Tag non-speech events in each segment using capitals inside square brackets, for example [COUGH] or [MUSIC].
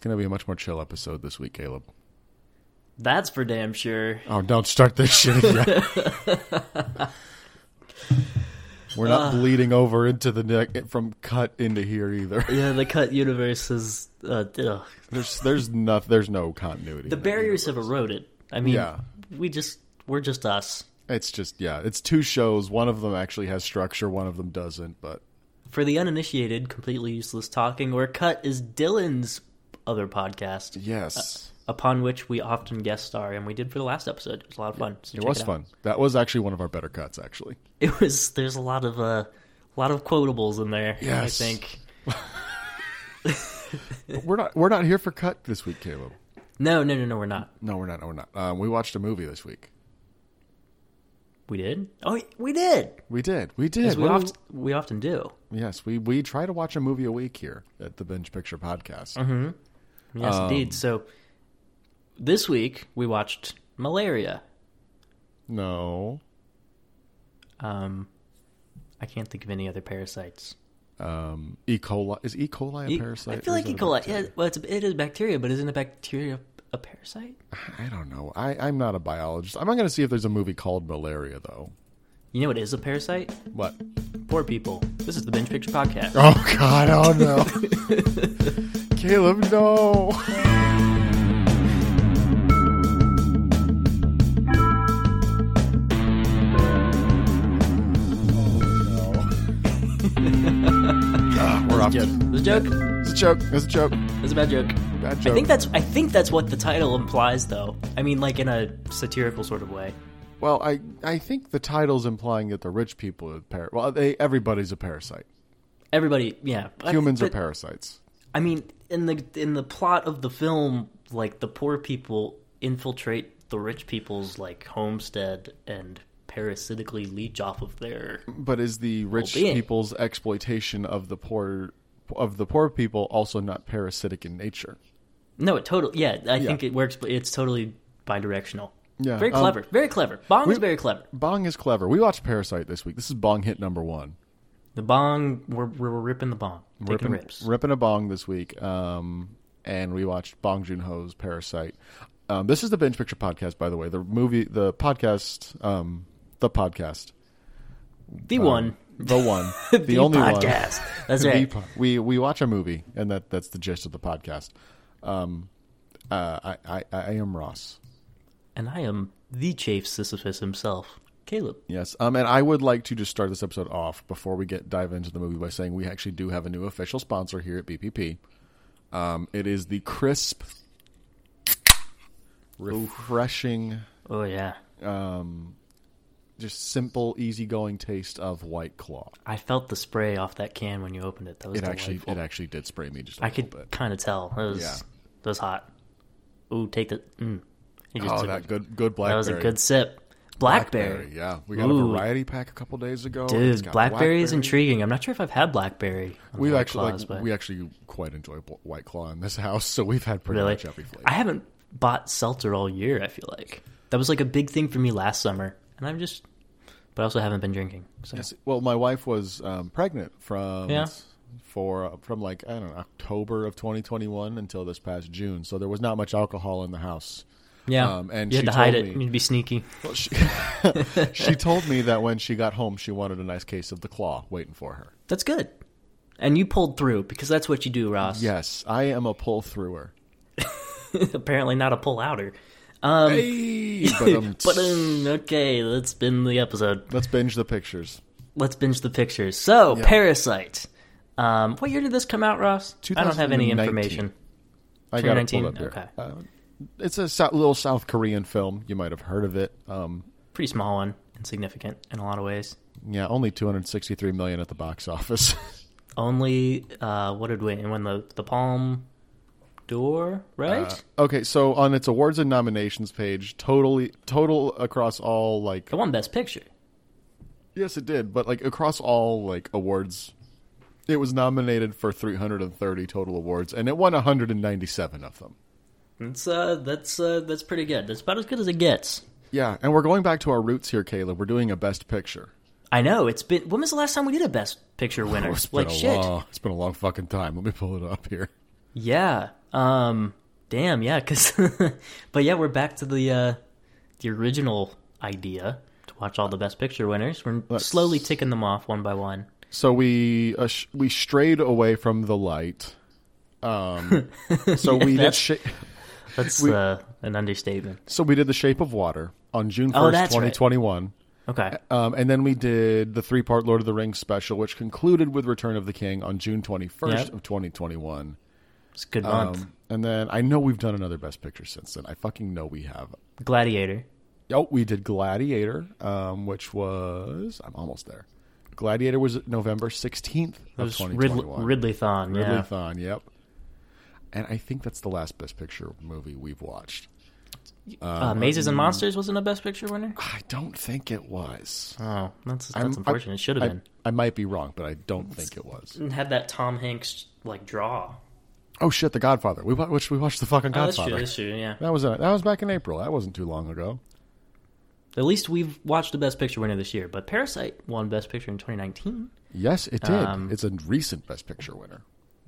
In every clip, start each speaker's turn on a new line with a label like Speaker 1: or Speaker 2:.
Speaker 1: going to be a much more chill episode this week, Caleb.
Speaker 2: That's for damn sure.
Speaker 1: Oh, don't start this [LAUGHS] shit again. We're
Speaker 2: Uh.
Speaker 1: not bleeding over into the neck from cut into here either. [LAUGHS]
Speaker 2: Yeah, the cut universe is uh, ugh.
Speaker 1: There's there's nothing. There's no continuity.
Speaker 2: the
Speaker 1: in that
Speaker 2: barriers have eroded. I mean,
Speaker 1: Yeah.
Speaker 2: we just we're just us.
Speaker 1: It's just yeah, it's two shows. One of them actually has structure, one of them doesn't, but
Speaker 2: For the uninitiated, completely useless talking or cut is Dylan's other podcast,
Speaker 1: yes.
Speaker 2: upon which we often guest star, and we did for the last episode. It was a lot of fun. so
Speaker 1: it
Speaker 2: check
Speaker 1: was
Speaker 2: out.
Speaker 1: fun. That was actually one of our better cuts actually.
Speaker 2: It was. There's a lot of a uh, lot of quotables in there. I
Speaker 1: Yes.
Speaker 2: think.
Speaker 1: But we're not we're not here for cut this week, Caleb.
Speaker 2: No, no, no, no. We're not.
Speaker 1: No, we're not. No, we're not. Um, we watched a movie this week.
Speaker 2: We did. Oh, we did.
Speaker 1: We did. We
Speaker 2: As
Speaker 1: did.
Speaker 2: we
Speaker 1: What
Speaker 2: often
Speaker 1: do
Speaker 2: we often do.
Speaker 1: we- yes, we we try to watch a movie a week here at the Binge Picture Podcast.
Speaker 2: Mm-hmm. Yes,
Speaker 1: Um,
Speaker 2: indeed. So this week we watched Malaria.
Speaker 1: No.
Speaker 2: Um, I can't think of any other parasites.
Speaker 1: Um, E. coli is E. coli a parasite?
Speaker 2: I feel
Speaker 1: or
Speaker 2: like
Speaker 1: is
Speaker 2: E.
Speaker 1: it a
Speaker 2: coli. Yeah,
Speaker 1: bacteria?
Speaker 2: well, it's, it is bacteria, but isn't a bacteria a parasite?
Speaker 1: I don't know. I, I'm not a biologist. I'm not going to see if there's a movie called Malaria though.
Speaker 2: You know what is a parasite? [LAUGHS]
Speaker 1: What?
Speaker 2: Poor people. This is the Binge Picture Podcast.
Speaker 1: Oh God! Oh
Speaker 2: [LAUGHS]
Speaker 1: no, Caleb, no.
Speaker 2: Oh,
Speaker 1: [LAUGHS] Ah, We're off.
Speaker 2: Joke.
Speaker 1: It's
Speaker 2: It was a joke.
Speaker 1: a joke. It's a joke.
Speaker 2: It was a bad joke.
Speaker 1: Bad
Speaker 2: I
Speaker 1: joke.
Speaker 2: think that's I think that's what the title implies, though. I mean, like in a satirical sort of way.
Speaker 1: well, I I think the title's implying that the rich people are par. Well, they everybody's a parasite.
Speaker 2: Everybody, yeah. But-
Speaker 1: Humans are
Speaker 2: Uh, but-
Speaker 1: parasites.
Speaker 2: I mean, in the in the plot of the film, like the poor people infiltrate the rich people's like homestead and parasitically leech off of their.
Speaker 1: But is the rich
Speaker 2: being.
Speaker 1: people's exploitation of the poor of the poor people also not parasitic in nature?
Speaker 2: No, it totally. Yeah, I think
Speaker 1: Yeah.
Speaker 2: it works. but It's totally bidirectional.
Speaker 1: Yeah,
Speaker 2: very
Speaker 1: um,
Speaker 2: clever. very clever. Bong is
Speaker 1: we-
Speaker 2: very clever.
Speaker 1: Bong is clever. We watched Parasite this week. This is Bong hit number one.
Speaker 2: The bong, we're we're, we're ripping the bong, taking rips.
Speaker 1: ripping a bong this week. Um, and we watched Bong Joon Ho's Parasite. Um, this is the Binge Picture Podcast, by the way. The movie, the podcast, um, the podcast,
Speaker 2: the one,
Speaker 1: the [LAUGHS] one, the,
Speaker 2: the,
Speaker 1: only one.
Speaker 2: podcast.
Speaker 1: [LAUGHS]
Speaker 2: That's
Speaker 1: We-
Speaker 2: right.
Speaker 1: We we watch a movie, and that that's the gist of the podcast. Um, uh, I, I I am Ross.
Speaker 2: And I am the chafe Sisyphus himself, Caleb.
Speaker 1: Yes. Um, and I would like to just start this episode off before we get dive into the movie by saying we actually do have a new official sponsor here at BPP. Um, it is the crisp, refreshing,
Speaker 2: Oh yeah,
Speaker 1: just simple, easygoing taste of White Claw.
Speaker 2: I felt the spray off that can when you opened it. That was
Speaker 1: It actually,
Speaker 2: delightful.
Speaker 1: it actually did spray me just a
Speaker 2: I
Speaker 1: little
Speaker 2: could
Speaker 1: bit.
Speaker 2: kind of tell. That was
Speaker 1: Yeah.
Speaker 2: that was hot. Ooh, take the. Mm. You just
Speaker 1: Oh,
Speaker 2: took
Speaker 1: that
Speaker 2: it.
Speaker 1: good, good blackberry.
Speaker 2: That was a good sip. Blackberry,
Speaker 1: Yeah, we got
Speaker 2: Ooh.
Speaker 1: a variety pack a couple days ago. Oh, It's
Speaker 2: dude.
Speaker 1: got
Speaker 2: Blackberry is intriguing. I'm not sure if I've had blackberry. on
Speaker 1: We've
Speaker 2: White
Speaker 1: actually,
Speaker 2: Claws,
Speaker 1: like,
Speaker 2: but-
Speaker 1: we actually quite enjoy bl- White Claw in this [LAUGHS] house, so we've had pretty
Speaker 2: really.
Speaker 1: much every flavor.
Speaker 2: I haven't bought seltzer all year. I feel like that was like a big thing for me last summer, and I'm just. But I also haven't been drinking. So
Speaker 1: Yes. Well, my wife was um, pregnant from
Speaker 2: Yeah.
Speaker 1: for uh, from like I don't know October of 2021 until this past June, so there was not much alcohol in the house.
Speaker 2: yeah,
Speaker 1: Um, and
Speaker 2: you
Speaker 1: she
Speaker 2: had to hide
Speaker 1: told
Speaker 2: it.
Speaker 1: me-
Speaker 2: You'd be sneaky.
Speaker 1: Well, she, [LAUGHS]
Speaker 2: [LAUGHS]
Speaker 1: she told me that when she got home, she wanted a nice case of the claw waiting for her.
Speaker 2: That's good. And you pulled through because that's what you do, Ross.
Speaker 1: Yes, I am a pull througher.
Speaker 2: [LAUGHS] Apparently not a pull outer.
Speaker 1: Hey, but, um,
Speaker 2: Um, [LAUGHS] But um, okay, that's been the episode.
Speaker 1: let's binge the pictures.
Speaker 2: Let's binge the pictures. So,
Speaker 1: Yeah.
Speaker 2: Parasite. Um, what year did this come out, Ross? I don't have
Speaker 1: 2019.
Speaker 2: any information.
Speaker 1: I got it
Speaker 2: 2019?
Speaker 1: pulled up here.
Speaker 2: Okay.
Speaker 1: Uh, it's a sou- little South Korean film. You might have heard of it. Um,
Speaker 2: Pretty small one, insignificant in a lot of ways.
Speaker 1: yeah, only 263 million at the box [LAUGHS] office.
Speaker 2: Only uh, what did we win the the Palm d'Or, right?
Speaker 1: Uh, Okay, so on its awards and nominations page, totally total across all like
Speaker 2: it won Best Picture.
Speaker 1: yes, it did, but like across all like awards, it was nominated for 330 total awards, and it won 197 of them.
Speaker 2: That's uh, that's uh, that's pretty good. That's about as good as it gets.
Speaker 1: Yeah, and we're going back to our roots here, Caleb. We're doing a best picture.
Speaker 2: I know it's been. When was the last time we did a Best Picture winner?
Speaker 1: Oh, It's been
Speaker 2: like
Speaker 1: a
Speaker 2: shit.
Speaker 1: long- it's been a long fucking time. Let me pull it up here.
Speaker 2: Yeah. Um, damn, yeah, cause, [LAUGHS] but yeah, we're back to the uh, the original idea to watch all the best picture winners. We're
Speaker 1: Let's-
Speaker 2: slowly ticking them off one by one.
Speaker 1: So we uh, sh- we strayed away from the light. Um,
Speaker 2: [LAUGHS]
Speaker 1: so we did
Speaker 2: that's-
Speaker 1: sh-
Speaker 2: That's
Speaker 1: We-
Speaker 2: uh, an understatement.
Speaker 1: so we did the Shape of Water on June
Speaker 2: Oh,
Speaker 1: first,
Speaker 2: that's right.
Speaker 1: twenty twenty one.
Speaker 2: Okay,
Speaker 1: Um, and then we did the three part Lord of the Rings special, which concluded with Return of the King on June 21st
Speaker 2: Yep.
Speaker 1: of 2021.
Speaker 2: it's a good month.
Speaker 1: Um, and then I know we've done another Best Picture since then. I fucking know we have.
Speaker 2: Gladiator.
Speaker 1: Oh, we did Gladiator, um, which was I'm almost there. Gladiator was November 16th
Speaker 2: It
Speaker 1: of
Speaker 2: was
Speaker 1: 2021.
Speaker 2: Ridley, Ridley Thon. Yeah,
Speaker 1: Ridley-thon, yep. And I think that's the last Best Picture movie we've watched.
Speaker 2: uh, Mazes
Speaker 1: mm.
Speaker 2: and Monsters wasn't a Best Picture winner.
Speaker 1: I don't think it was.
Speaker 2: Oh, that's that's
Speaker 1: I'm-
Speaker 2: unfortunate. it should
Speaker 1: I,
Speaker 2: have been.
Speaker 1: I might be wrong, but I don't think it was.
Speaker 2: And had that Tom Hanks like draw.
Speaker 1: Oh shit, The Godfather. We wa- which we watched the fucking
Speaker 2: Oh, that's true.
Speaker 1: Godfather.
Speaker 2: That's true. Yeah.
Speaker 1: that was in, that was back in April. That wasn't too long ago.
Speaker 2: At least we've watched the Best Picture winner this year. But Parasite won Best Picture in 2019.
Speaker 1: Yes, it did.
Speaker 2: Um,
Speaker 1: it's a recent Best Picture winner.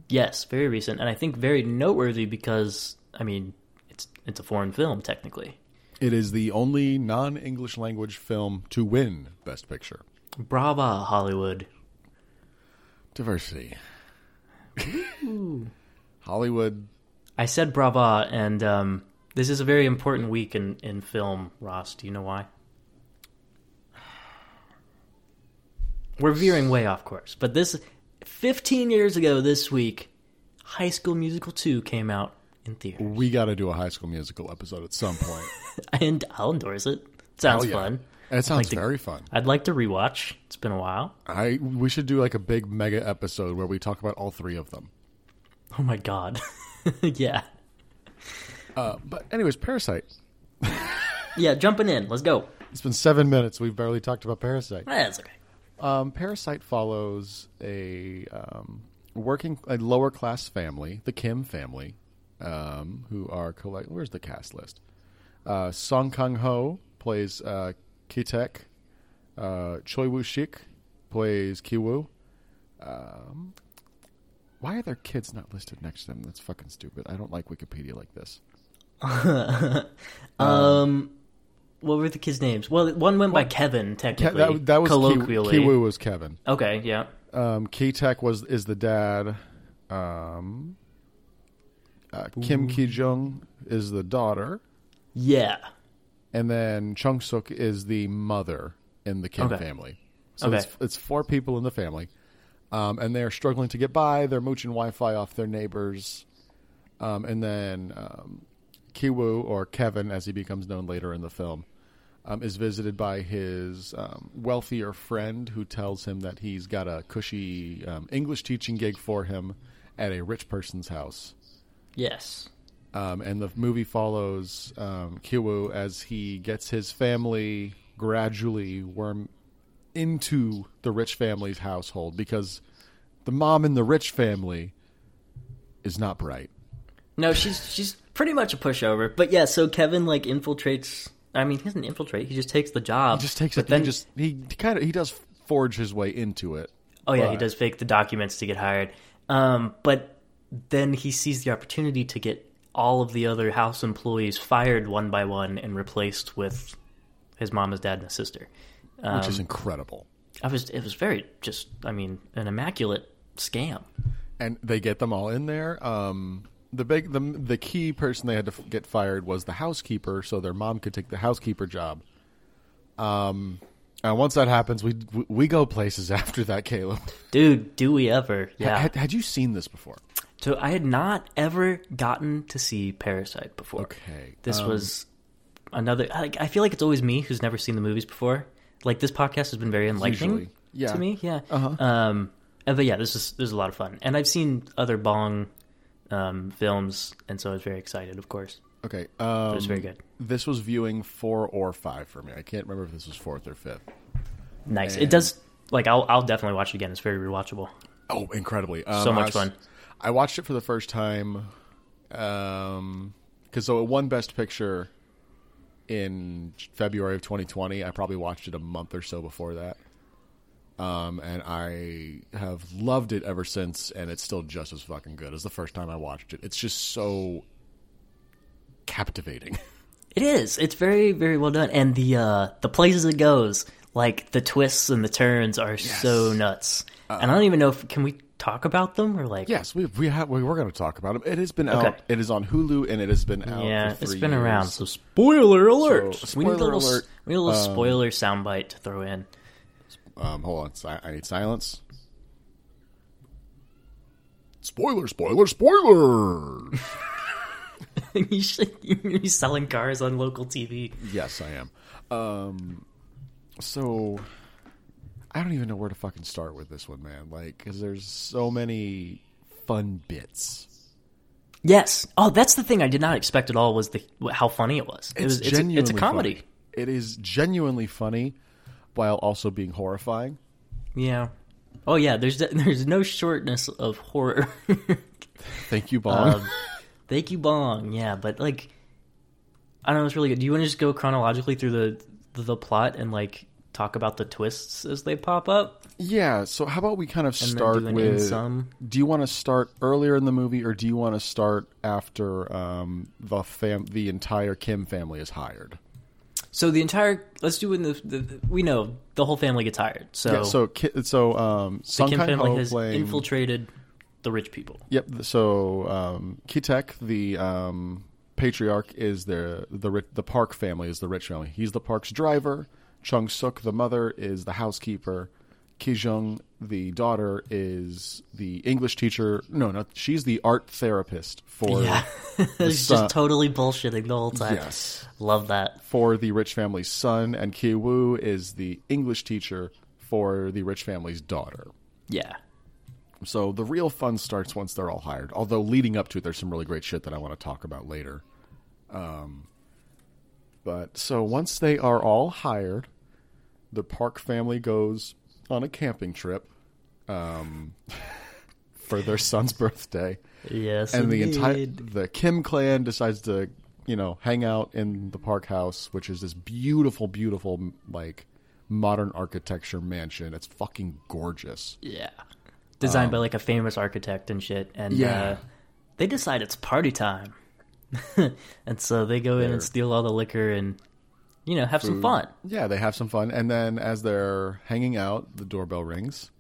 Speaker 2: Yes, very recent, and I think very noteworthy because I mean it's it's a foreign film technically.
Speaker 1: It is the only non-English language film to win Best Picture.
Speaker 2: Brava Hollywood.
Speaker 1: Diversity. [LAUGHS] Hollywood.
Speaker 2: I said brava, and um, this is a very important week in in film. Ross, do you know why? We're veering way off course, but this 15 years ago this week, High School Musical 2 came out in theater.
Speaker 1: We got to do a High School Musical episode at some point.
Speaker 2: And I'll endorse it. Sounds
Speaker 1: Hell yeah.
Speaker 2: fun.
Speaker 1: And it sounds
Speaker 2: Like the-
Speaker 1: very fun.
Speaker 2: I'd like to rewatch. It's been a while.
Speaker 1: I we should do like a big mega episode where we talk about all three of them.
Speaker 2: Oh my god. [LAUGHS] yeah.
Speaker 1: Uh, but anyways, Parasite.
Speaker 2: Yeah, jumping in. Let's go.
Speaker 1: It's been seven minutes. We've barely talked about Parasite.
Speaker 2: Ah, That's okay.
Speaker 1: Um, Parasite follows a um, working, a lower class family, the Kim family, um, who are collect. Where's the cast list? Uh, Song Kang Ho plays uh, Kitek. Uh, Choi Woo Shik plays Kiwoo. Um, why are their kids not listed next to them? That's fucking stupid. I don't like Wikipedia like this.
Speaker 2: Um what were the kids' names? Well, one went by Kevin
Speaker 1: Ke-
Speaker 2: technically.
Speaker 1: that, that was Kiwoo.
Speaker 2: colloquially.
Speaker 1: Kiwoo was Kevin.
Speaker 2: Okay, yeah.
Speaker 1: Um, K-Tech was is the dad. Um, uh, Kim Ki Jung is the daughter,
Speaker 2: Yeah.
Speaker 1: and then Chung Suk is the mother in the Kim
Speaker 2: Okay.
Speaker 1: family. So
Speaker 2: Okay.
Speaker 1: it's, it's four people in the family, um, and they're struggling to get by. They're mooching Wi-Fi off their neighbors, um, and then um, Kiwoo or Kevin, as he becomes known later in the film, um, is visited by his um, wealthier friend who tells him that he's got a cushy um, English teaching gig for him at a rich person's house.
Speaker 2: Yes.
Speaker 1: Um, and the movie follows um, Kiwu as he gets his family gradually worm into the rich family's household because the mom in the rich family is not bright.
Speaker 2: No, she's she's pretty much a pushover. But yeah, so Kevin like infiltrates I mean, he doesn't infiltrate. He just takes the job.
Speaker 1: Just takes
Speaker 2: but
Speaker 1: it.
Speaker 2: Then,
Speaker 1: he just he kind of he does forge his way into it.
Speaker 2: oh yeah, he
Speaker 1: but-
Speaker 2: does fake the documents to get hired. Um, but then he sees the opportunity to get all of the other house employees fired one by one and replaced with his mom, his dad, and his sister.
Speaker 1: which
Speaker 2: Um,
Speaker 1: is incredible.
Speaker 2: I was it was very just I mean an immaculate scam.
Speaker 1: And they get them all in there. Um, the big the the key person they had to f- get fired was the housekeeper, so their mom could take the housekeeper job. Um, and once that happens, we we go places [LAUGHS] after that. Caleb,
Speaker 2: Dude, do we ever? Yeah.
Speaker 1: had, had you seen this before?
Speaker 2: so I had not ever gotten to see Parasite before.
Speaker 1: Okay, Um,
Speaker 2: This was another I, I feel like it's always me who's never seen the movies before. Like this podcast has been very enlightening
Speaker 1: Usually. Yeah.
Speaker 2: to me. Yeah. Uh-huh. Um and- but yeah, this is this is a lot of fun. And I've seen other Bong um, films and so I was very excited, of course.
Speaker 1: okay. Um,
Speaker 2: It was very good.
Speaker 1: This was viewing four or five for me. I can't remember if this was fourth or fifth.
Speaker 2: Nice.
Speaker 1: and-
Speaker 2: It does like I'll I'll definitely watch it again. It's very rewatchable.
Speaker 1: Oh, incredibly! Um,
Speaker 2: So much
Speaker 1: I was-
Speaker 2: fun.
Speaker 1: I watched it for the first time um, because so it won Best Picture in February of 2020. I probably watched it a month or so before that. Um, and I have loved it ever since, and it's still just as fucking good as the first time I watched it. It's just so captivating. [LAUGHS]
Speaker 2: It is. It's very, very well done, and the uh, the places it goes, like the twists and the turns, are so nuts. and I don't even know if can we talk about them or like
Speaker 1: yes, we we have we were going to talk about it. It has been
Speaker 2: Okay.
Speaker 1: out. It is on Hulu, and it has been out.
Speaker 2: yeah,
Speaker 1: Oh, for
Speaker 2: it's
Speaker 1: three
Speaker 2: been
Speaker 1: years.
Speaker 2: around. So spoiler alert.
Speaker 1: So,
Speaker 2: we need a
Speaker 1: spoiler
Speaker 2: little s-
Speaker 1: alert,
Speaker 2: we need a little spoiler soundbite to throw in. [LAUGHS]
Speaker 1: Um, hold on, si- I need silence. Spoiler! Spoiler! Spoiler! [LAUGHS]
Speaker 2: you should you selling cars on local TV.
Speaker 1: Yes, I am. Um, so I don't even know where to fucking start with this one, man. Like, because there's so many fun bits.
Speaker 2: Yes. Oh, that's the thing I did not expect at all was the how funny it was. it was it's, a- it's a comedy.
Speaker 1: funny. It is genuinely funny, while also being horrifying.
Speaker 2: Yeah. Oh yeah. There's there's no shortness of horror. [LAUGHS]
Speaker 1: Thank you, Bob.
Speaker 2: Um, Thank you, Bong. Yeah, but like, I don't know. It's really good. Do you want to just go chronologically through the the plot and like talk about the twists as they pop up?
Speaker 1: yeah. So how about we kind of
Speaker 2: then
Speaker 1: start
Speaker 2: do an
Speaker 1: with?
Speaker 2: in-sum?
Speaker 1: Do you want to start earlier in the movie, or do you want to start after um, the fam the entire Kim family is hired?
Speaker 2: So the entire let's do in the, the we know the whole family gets hired. So,
Speaker 1: Yeah, so Ki- so um,
Speaker 2: the
Speaker 1: Sung
Speaker 2: Kim
Speaker 1: Kang
Speaker 2: family
Speaker 1: Ho
Speaker 2: has
Speaker 1: playing.
Speaker 2: infiltrated the rich people.
Speaker 1: Yep. So um, Kitek, the um, patriarch, is the the ri- the Park family is the rich family. He's the Park's driver. Chung Suk, the mother, is the housekeeper. Kijung, the daughter, is the English teacher. No, no, she's the art therapist for
Speaker 2: Yeah, [LAUGHS] it's
Speaker 1: son-
Speaker 2: just totally bullshitting the whole time.
Speaker 1: Yes.
Speaker 2: love that.
Speaker 1: [LAUGHS] for the rich family's son, and Ki Woo is the English teacher for the rich family's daughter.
Speaker 2: Yeah,
Speaker 1: So the real fun starts once they're all hired. Although leading up to it, there's some really great shit that I want to talk about later. Um, but so once they are all hired, the Park family goes on a camping trip um, [LAUGHS] for their son's [LAUGHS] birthday,
Speaker 2: yes,
Speaker 1: and the
Speaker 2: indeed.
Speaker 1: entire the Kim clan decides to you know hang out in the Park house, which is this beautiful, beautiful like modern architecture mansion. It's fucking gorgeous.
Speaker 2: Yeah. Designed by like a famous architect and shit. And
Speaker 1: Yeah.
Speaker 2: uh, they decide it's party time. [LAUGHS] and so they go in and steal all the liquor and, you know, have some fun.
Speaker 1: Yeah, they have some fun, and then as they're hanging out, the doorbell rings,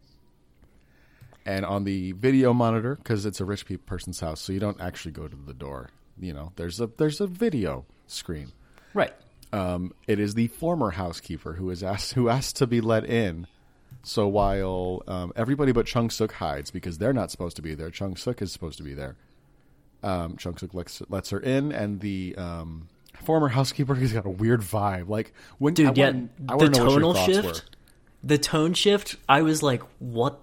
Speaker 1: and on the video monitor, because it's a rich pe- person's house, so you don't actually go to the door. You know, there's a there's a video screen.
Speaker 2: Right.
Speaker 1: Um, it is the former housekeeper who is asked who asked to be let in. So while um, everybody but Chung Suk hides because they're not supposed to be there, Chung Suk is supposed to be there. Um, Chung Suk lets, lets her in, and the um, former housekeeper [LAUGHS] has got a weird vibe. Like when
Speaker 2: Dude,
Speaker 1: I
Speaker 2: yeah.
Speaker 1: wanna- I
Speaker 2: the
Speaker 1: wanna know what your
Speaker 2: tonal
Speaker 1: thoughts
Speaker 2: shift.
Speaker 1: were.
Speaker 2: The tone shift, I was like, what?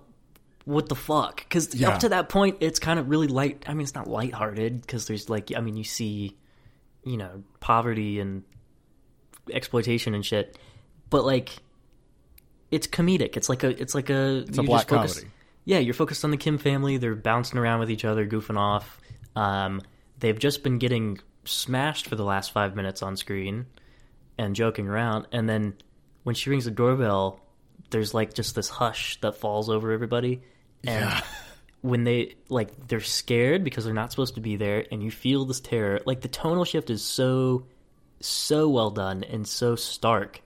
Speaker 2: What the fuck? Because
Speaker 1: Yeah.
Speaker 2: up to that point, it's kind of really light. I mean, it's not lighthearted because there's like, I mean, you see, you know, poverty and exploitation and shit. But like, it's comedic. It's like a, it's like a, it's
Speaker 1: a black comedy.
Speaker 2: Yeah, you're focused on the Kim family. They're bouncing around with each other, goofing off. Um, they've just been getting smashed for the last five minutes on screen and joking around. And then when she rings the doorbell, there's like just this hush that falls over everybody. And when they like they're scared because they're not supposed to be there, and you feel this terror. Like the tonal shift is so so well done and so stark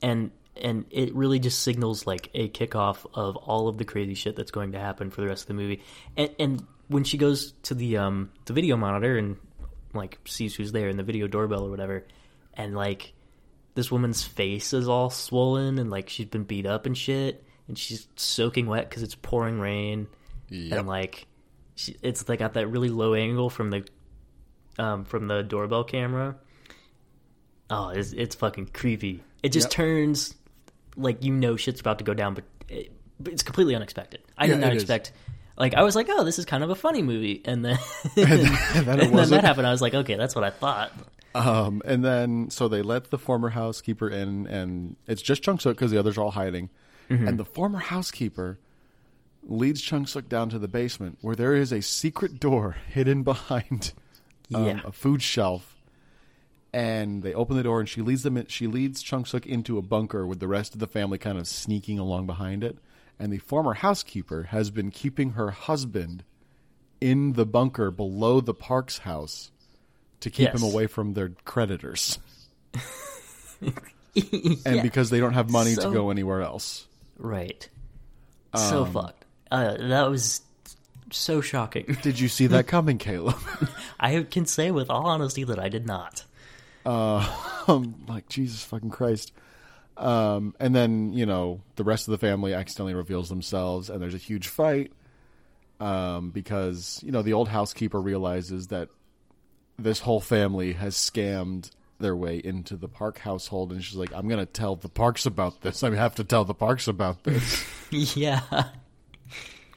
Speaker 2: and and it really just signals like a kickoff of all of the crazy shit that's going to happen for the rest of the movie. And and when she goes to the um the video monitor and like sees who's there in the video doorbell or whatever, and like this woman's face is all swollen and like she's been beat up and shit, and she's soaking wet because it's pouring rain,
Speaker 1: Yep.
Speaker 2: and like she, it's they got that really low angle from the um from the doorbell camera. Oh, it's, it's fucking creepy. It just
Speaker 1: Yep.
Speaker 2: turns like you know shit's about to go down, but, it, but it's completely unexpected. I
Speaker 1: Yeah,
Speaker 2: did not
Speaker 1: it is.
Speaker 2: expect. Like I was like, oh, this is kind of a funny movie, and then [LAUGHS]
Speaker 1: [LAUGHS] and then it
Speaker 2: and then
Speaker 1: wasn't.
Speaker 2: that happened. I was like, okay, that's what I thought.
Speaker 1: Um, and then so they let the former housekeeper in, and it's just Chung Suk because the others are all hiding. And the former housekeeper leads Chung Suk down to the basement where there [LAUGHS] is a secret door hidden behind um,
Speaker 2: Yeah.
Speaker 1: a food shelf. and they open the door and she leads them in, she leads Chung Suk into a bunker with the rest of the family kind of sneaking along behind it and the former housekeeper has been keeping her husband in the bunker below the park's house to keep
Speaker 2: Yes.
Speaker 1: him away from their creditors
Speaker 2: [LAUGHS]
Speaker 1: and
Speaker 2: yeah.
Speaker 1: because they don't have money
Speaker 2: So-
Speaker 1: to go anywhere else
Speaker 2: right. so
Speaker 1: Um,
Speaker 2: fucked. Uh, that was so shocking. [LAUGHS]
Speaker 1: did you see
Speaker 2: Hmm.
Speaker 1: that coming caleb
Speaker 2: I can say with all honesty that I did not. [LAUGHS]
Speaker 1: um, like Jesus fucking Christ. Um, and then you know the rest of the family accidentally reveals themselves, and there's a huge fight um, because you know the old housekeeper realizes that this whole family has scammed their way into the Park household, and she's like, "I'm gonna tell the Parks about this. I have to tell the Parks about this."
Speaker 2: yeah.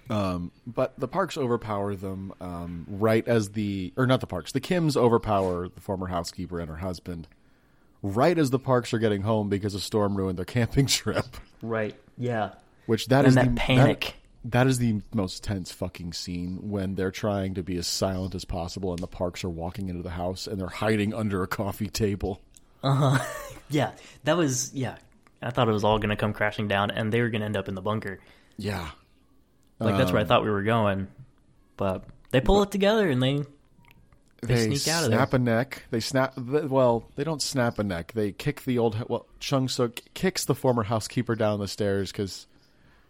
Speaker 1: but the Parks overpower them um, right as the or not the Parks, the Kims overpower the former housekeeper and her husband right as the Parks are getting home because a storm ruined their [LAUGHS] camping trip.
Speaker 2: Right. Yeah.
Speaker 1: Which that
Speaker 2: And
Speaker 1: is the,
Speaker 2: that panic.
Speaker 1: that is the most tense fucking scene when they're trying to be as silent as possible and the Parks are walking into the house and they're hiding under a coffee table.
Speaker 2: Yeah. That was yeah. I thought it was all going to come crashing down and they were going to end up in the bunker.
Speaker 1: Yeah,
Speaker 2: Like that's where I thought we were going. Um, But they pull it together and they
Speaker 1: they,
Speaker 2: sneak out of there.
Speaker 1: snap a neck. They snap. th- Well, they don't snap a neck. They kick the old. Well, Chung Suk kicks the former housekeeper down the stairs because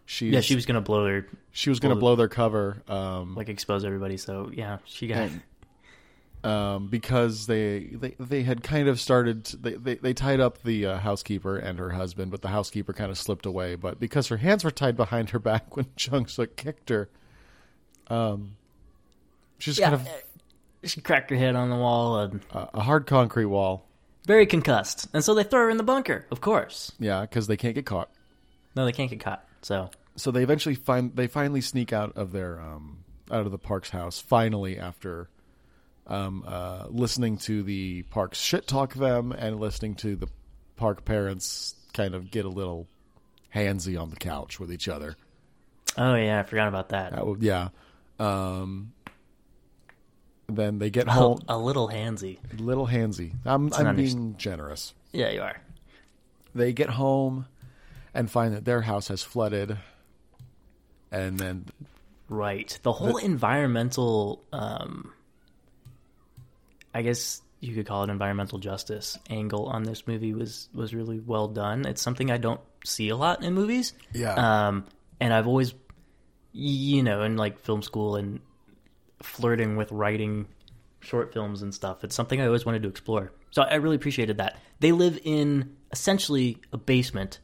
Speaker 1: she
Speaker 2: yeah, she was going to blow their
Speaker 1: she was going to blow their cover um,
Speaker 2: like expose everybody. So, yeah, she got [LAUGHS]
Speaker 1: And- um, because they, they they had kind of started. They they, they tied up the uh, housekeeper and her husband, but the housekeeper kind of slipped away. But because her hands were tied behind her back [LAUGHS] when Chung Suk kicked her, um, she just kind of
Speaker 2: she cracked her head on the wall and
Speaker 1: uh, a hard concrete wall.
Speaker 2: very concussed. And so they throw her in the bunker, of course.
Speaker 1: Yeah, because they can't get caught.
Speaker 2: No, they can't get caught. So,
Speaker 1: so they eventually find they finally sneak out of their um, out of the park's house finally after um, uh, listening to the parks shit talk them and listening to the park parents kind of get a little handsy on the couch with each other.
Speaker 2: oh yeah, I forgot about that.
Speaker 1: That would, yeah. Um, then they get
Speaker 2: Oh,
Speaker 1: home
Speaker 2: a little handsy.
Speaker 1: little handsy. I'm I'm
Speaker 2: not
Speaker 1: being
Speaker 2: underst-
Speaker 1: generous.
Speaker 2: Yeah, you are.
Speaker 1: They get home and find that their house has flooded. And then
Speaker 2: Right. The whole environmental, um, I guess you could call it environmental justice angle on this movie was was really well done. It's something I don't see a lot in movies.
Speaker 1: Yeah.
Speaker 2: Um, and I've always, you know, in like film school and flirting with writing short films and stuff, it's something I always wanted to explore. So I really appreciated that. They live in essentially a basement.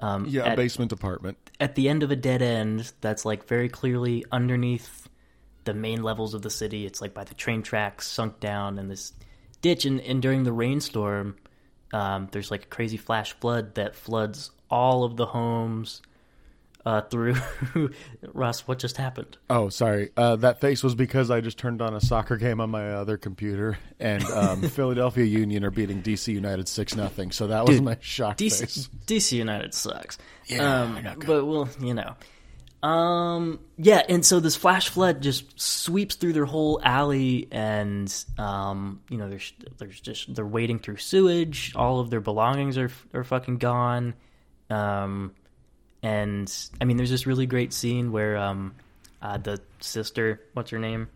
Speaker 2: Um,
Speaker 1: yeah,
Speaker 2: at-
Speaker 1: a basement apartment.
Speaker 2: at the end of a dead end that's like very clearly underneath the main levels of the city. It's like by the train tracks, sunk down in this ditch. And, and during the rainstorm, um, there's like a crazy flash flood that floods all of the homes uh, through. [LAUGHS] Russ, what just happened?
Speaker 1: Oh, sorry. Uh, that face was because I just turned on a soccer game on my other computer, and
Speaker 2: [LAUGHS]
Speaker 1: um, Philadelphia Union are beating DC United six nothing. So that was my shock face.
Speaker 2: DC, DC United sucks.
Speaker 1: Yeah,
Speaker 2: um,
Speaker 1: they're not good.
Speaker 2: but well, you know, um, yeah. And so this flash flood just sweeps through their whole alley, and um, you know, there's there's just they're wading through sewage. All of their belongings are are fucking gone. Um, and I mean, there's this really great scene where um, uh, the sister, what's her name?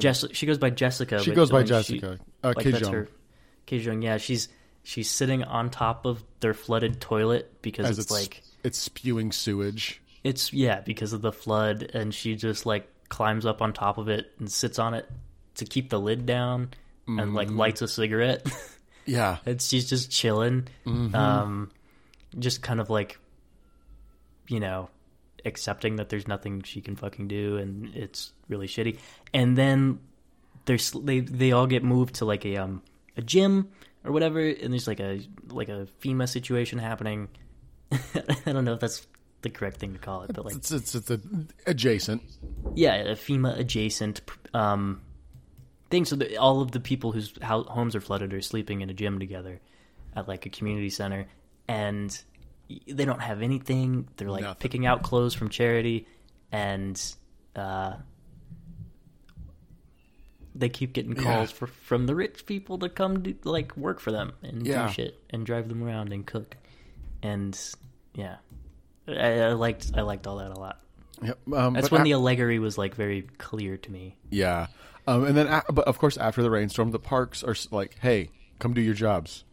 Speaker 2: Jess, she goes by Jessica.
Speaker 1: She
Speaker 2: but
Speaker 1: goes by
Speaker 2: when
Speaker 1: Jessica, uh,
Speaker 2: that's
Speaker 1: Kijong.
Speaker 2: her- Kijong, yeah, she's she's sitting on top of their flooded toilet because
Speaker 1: As it's
Speaker 2: it's, like
Speaker 1: it's spewing sewage.
Speaker 2: it's yeah because of the flood, and she just like climbs up on top of it and sits on it to keep the lid down, and like lights a cigarette, [LAUGHS]
Speaker 1: Yeah,
Speaker 2: and she's just chilling, um, just kind of like you know accepting that there's nothing she can fucking do, and it's really shitty, and then there's they they all get moved to like a um a gym or whatever, and there's like a like a FEMA situation happening. [LAUGHS] I don't know if that's the correct thing to call it, but like
Speaker 1: it's it's it's a, adjacent.
Speaker 2: yeah, a FEMA adjacent um thing. So that all of the people whose hou- homes are flooded are sleeping in a gym together at like a community center, and y- they don't have anything. They're like
Speaker 1: Nothing.
Speaker 2: picking out clothes from charity, and uh they keep getting calls for, from the rich people to come do, like work for them and
Speaker 1: Yeah.
Speaker 2: do shit and drive them around and cook, and yeah, I, I liked I liked all that a lot.
Speaker 1: Yep. Um,
Speaker 2: That's
Speaker 1: but
Speaker 2: when
Speaker 1: a-
Speaker 2: the allegory was like very clear to me.
Speaker 1: yeah, um, and then a- but of course after the rainstorm, the parks are s- like, "Hey, come do your jobs,"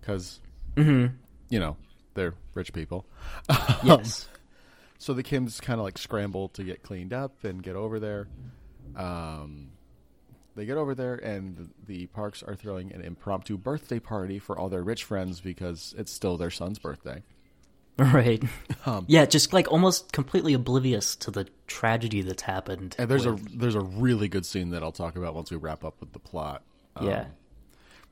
Speaker 1: because
Speaker 2: Mm-hmm.
Speaker 1: you know they're rich people. Oh.
Speaker 2: Yes. [LAUGHS]
Speaker 1: so the Kims kind of like scramble to get cleaned up and get over there. Um, they get over there, and the parks are throwing an impromptu birthday party for all their rich friends because it's still their son's birthday.
Speaker 2: Right.
Speaker 1: Um.
Speaker 2: yeah, just like almost completely oblivious to the tragedy that's happened.
Speaker 1: And there's a there's a really good scene that I'll talk about once we wrap up with the plot.
Speaker 2: yeah,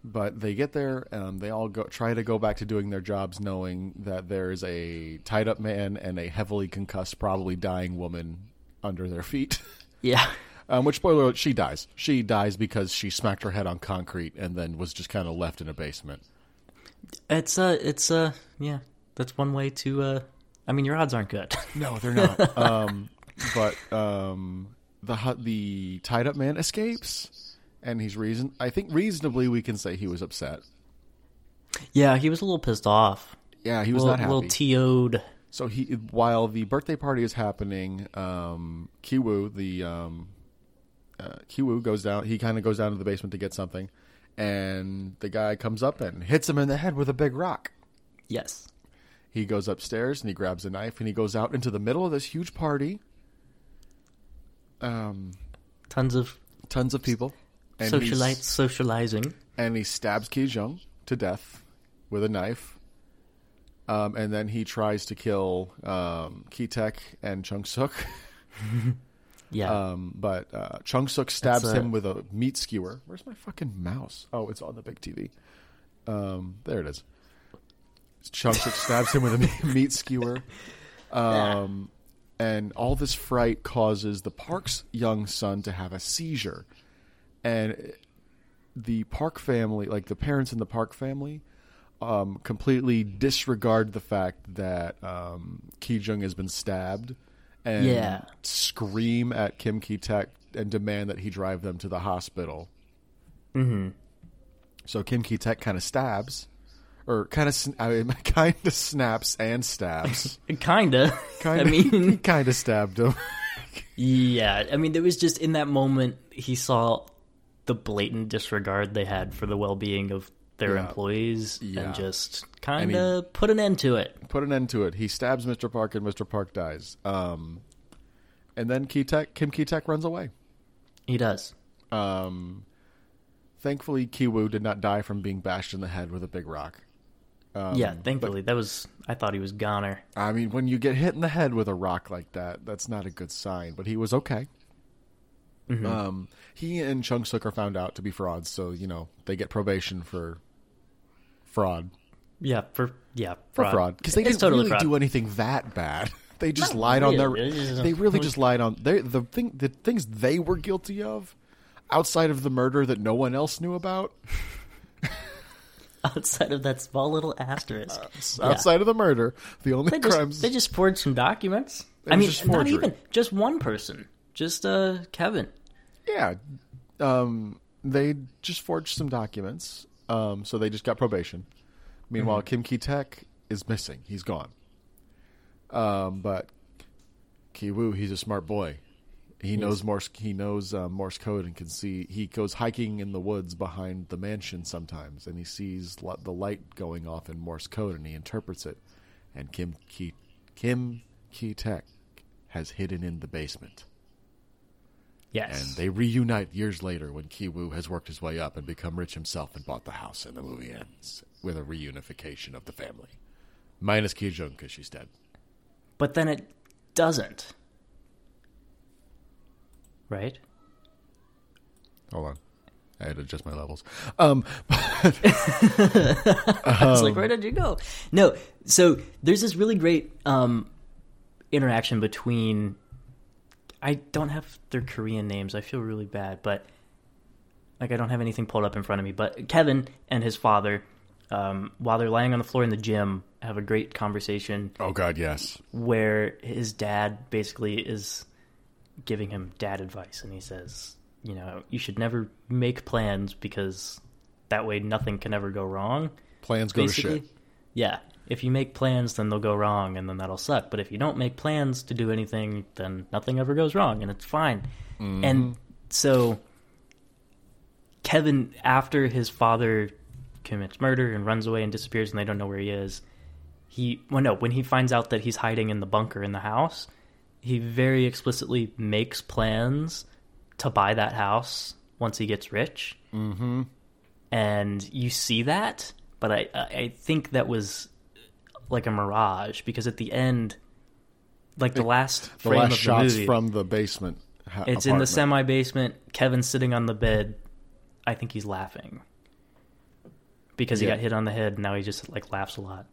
Speaker 1: But they get there and they all go try to go back to doing their jobs, knowing that there is a tied up man and a heavily concussed, probably dying woman under their feet. [LAUGHS]
Speaker 2: yeah, [LAUGHS]
Speaker 1: Um, which spoiler alert, she dies. She dies because she smacked her head on concrete and then was just kind of left in a basement.
Speaker 2: it's uh, it's uh, yeah. That's one way to. uh I mean, your odds aren't good. [LAUGHS]
Speaker 1: No, they're not. [LAUGHS] um, but um, the hu- the tied up man escapes, and he's reason. I think reasonably we can say he was upset.
Speaker 2: yeah, he was a little pissed off.
Speaker 1: Yeah, he was
Speaker 2: little,
Speaker 1: not happy.
Speaker 2: little to'd.
Speaker 1: so he while the birthday party is happening, um, Kiwu the um, uh, Kiwu goes down. He kind of goes down to the basement to get something, and the guy comes up and hits him in the head with a big rock.
Speaker 2: Yes.
Speaker 1: He goes upstairs and he grabs a knife and he goes out into the middle of this huge party. Um,
Speaker 2: Tons of
Speaker 1: tons of people. And he's-
Speaker 2: socialites socializing.
Speaker 1: And he stabs Kijung to death with a knife. Um, and then he tries to kill um, Kitek and Chung Suk. [LAUGHS]
Speaker 2: Yeah.
Speaker 1: Um, but uh, Chung Suk stabs
Speaker 2: That's a-
Speaker 1: him with a meat skewer. Where's my fucking mouse? Oh, it's on the big TV. Um, there it is. Chung Suk stabs him with a [LAUGHS] meat- meat
Speaker 2: [LAUGHS]
Speaker 1: skewer. Um, and all this fright causes the park's young son to have a seizure. And the park family, like the parents in the park family, um, completely disregard the fact that um, Ki Jung has been stabbed and
Speaker 2: Yeah.
Speaker 1: scream at Kim Ki Tek and demand that he drive them to the hospital. Mm-hmm. So Kim Ki Tek kind of stabs, or kind of, I mean, [LAUGHS] kind of snaps and stabs.
Speaker 2: kinda. [LAUGHS]
Speaker 1: Kind
Speaker 2: I
Speaker 1: of, [LAUGHS]
Speaker 2: mean,
Speaker 1: kind of stabbed him.
Speaker 2: Yeah, I mean, there was just in that moment he saw the blatant disregard they had for the well-being of their
Speaker 1: Yeah.
Speaker 2: employees,
Speaker 1: Yeah.
Speaker 2: and just kind of put an end to it.
Speaker 1: put an end to it. He stabs Mr. Park, and Mr. Park dies. Um, and then Kitek, Kim Kitek runs away.
Speaker 2: He does.
Speaker 1: Um, thankfully, Kiwu did not die from being bashed in the head with a big rock. um,
Speaker 2: yeah, thankfully that was. I thought he was goner.
Speaker 1: I mean, when you get hit in the head with a rock like that, that's not a good sign. But he was okay. Um, he and Chung Suk are found out to be frauds, so you know they get probation for fraud.
Speaker 2: Yeah, for yeah
Speaker 1: for fraud because they
Speaker 2: It's
Speaker 1: didn't
Speaker 2: totally
Speaker 1: really
Speaker 2: fraud.
Speaker 1: do anything that bad. [LAUGHS] They just
Speaker 2: Not
Speaker 1: lied on
Speaker 2: really. It's
Speaker 1: their.
Speaker 2: just-
Speaker 1: They really just lied on they, the thing. The things they were guilty of, outside of the murder that no one else knew about,
Speaker 2: [LAUGHS]
Speaker 1: [LAUGHS]
Speaker 2: outside of that small little asterisk. Yeah.
Speaker 1: Uh, outside of the murder, the only
Speaker 2: they just,
Speaker 1: crimes.
Speaker 2: they just forged some documents. I
Speaker 1: was
Speaker 2: mean,
Speaker 1: just
Speaker 2: not
Speaker 1: forgery.
Speaker 2: even just one person, just uh Kevin.
Speaker 1: yeah, um, they just forged some documents. Um, so they just got probation. Meanwhile, Kim Ki Tek is missing. He's gone. Um, but Ki Woo, he's a smart boy. He knows Morse. He knows uh, Morse code and can see. He goes hiking in the woods behind the mansion sometimes, and he sees lo- the light going off in Morse code, and he interprets it. And Kim Ki Kim Ki Tek has hidden in the basement. And
Speaker 2: Yes,
Speaker 1: they reunite years later when Kiwu has worked his way up and become rich himself and bought the house, and the movie ends with a reunification of the family. Minus Kijun because she's dead.
Speaker 2: but then it doesn't. Right. [LAUGHS]
Speaker 1: Hold on. I had to adjust my levels. Um, [LAUGHS]
Speaker 2: It's like, where did you go? No. So there's this really great um, interaction between. I don't have their Korean names. I feel really bad, but like I don't have anything pulled up in front of me. But Kevin and his father, um, while they're lying on the floor in the gym, have a great conversation
Speaker 1: oh, God, yes.
Speaker 2: where his dad basically is giving him dad advice and he says you know, you should never make plans because that way nothing can ever go wrong.
Speaker 1: Plans go to shit.
Speaker 2: Yeah. If you make plans, then they'll go wrong, and then that'll suck. But if you don't make plans to do anything, then nothing ever goes wrong, and it's fine.
Speaker 1: Mm-hmm.
Speaker 2: And so, Kevin, after his father commits murder and runs away and disappears, and they don't know where he is, he well, no, when he finds out that he's hiding in the bunker in the house, he very explicitly makes plans to buy that house once he gets rich
Speaker 1: Mm-hmm.
Speaker 2: and you see that but i i I think that was like a mirage because at the end like the last
Speaker 1: The
Speaker 2: frame
Speaker 1: last
Speaker 2: of the
Speaker 1: shots
Speaker 2: movie
Speaker 1: from the basement. Ha-
Speaker 2: it's in the
Speaker 1: apartment.
Speaker 2: semi basement kevin's sitting on the bed i think he's laughing because he
Speaker 1: Yeah.
Speaker 2: got hit on the head and now he just like laughs a lot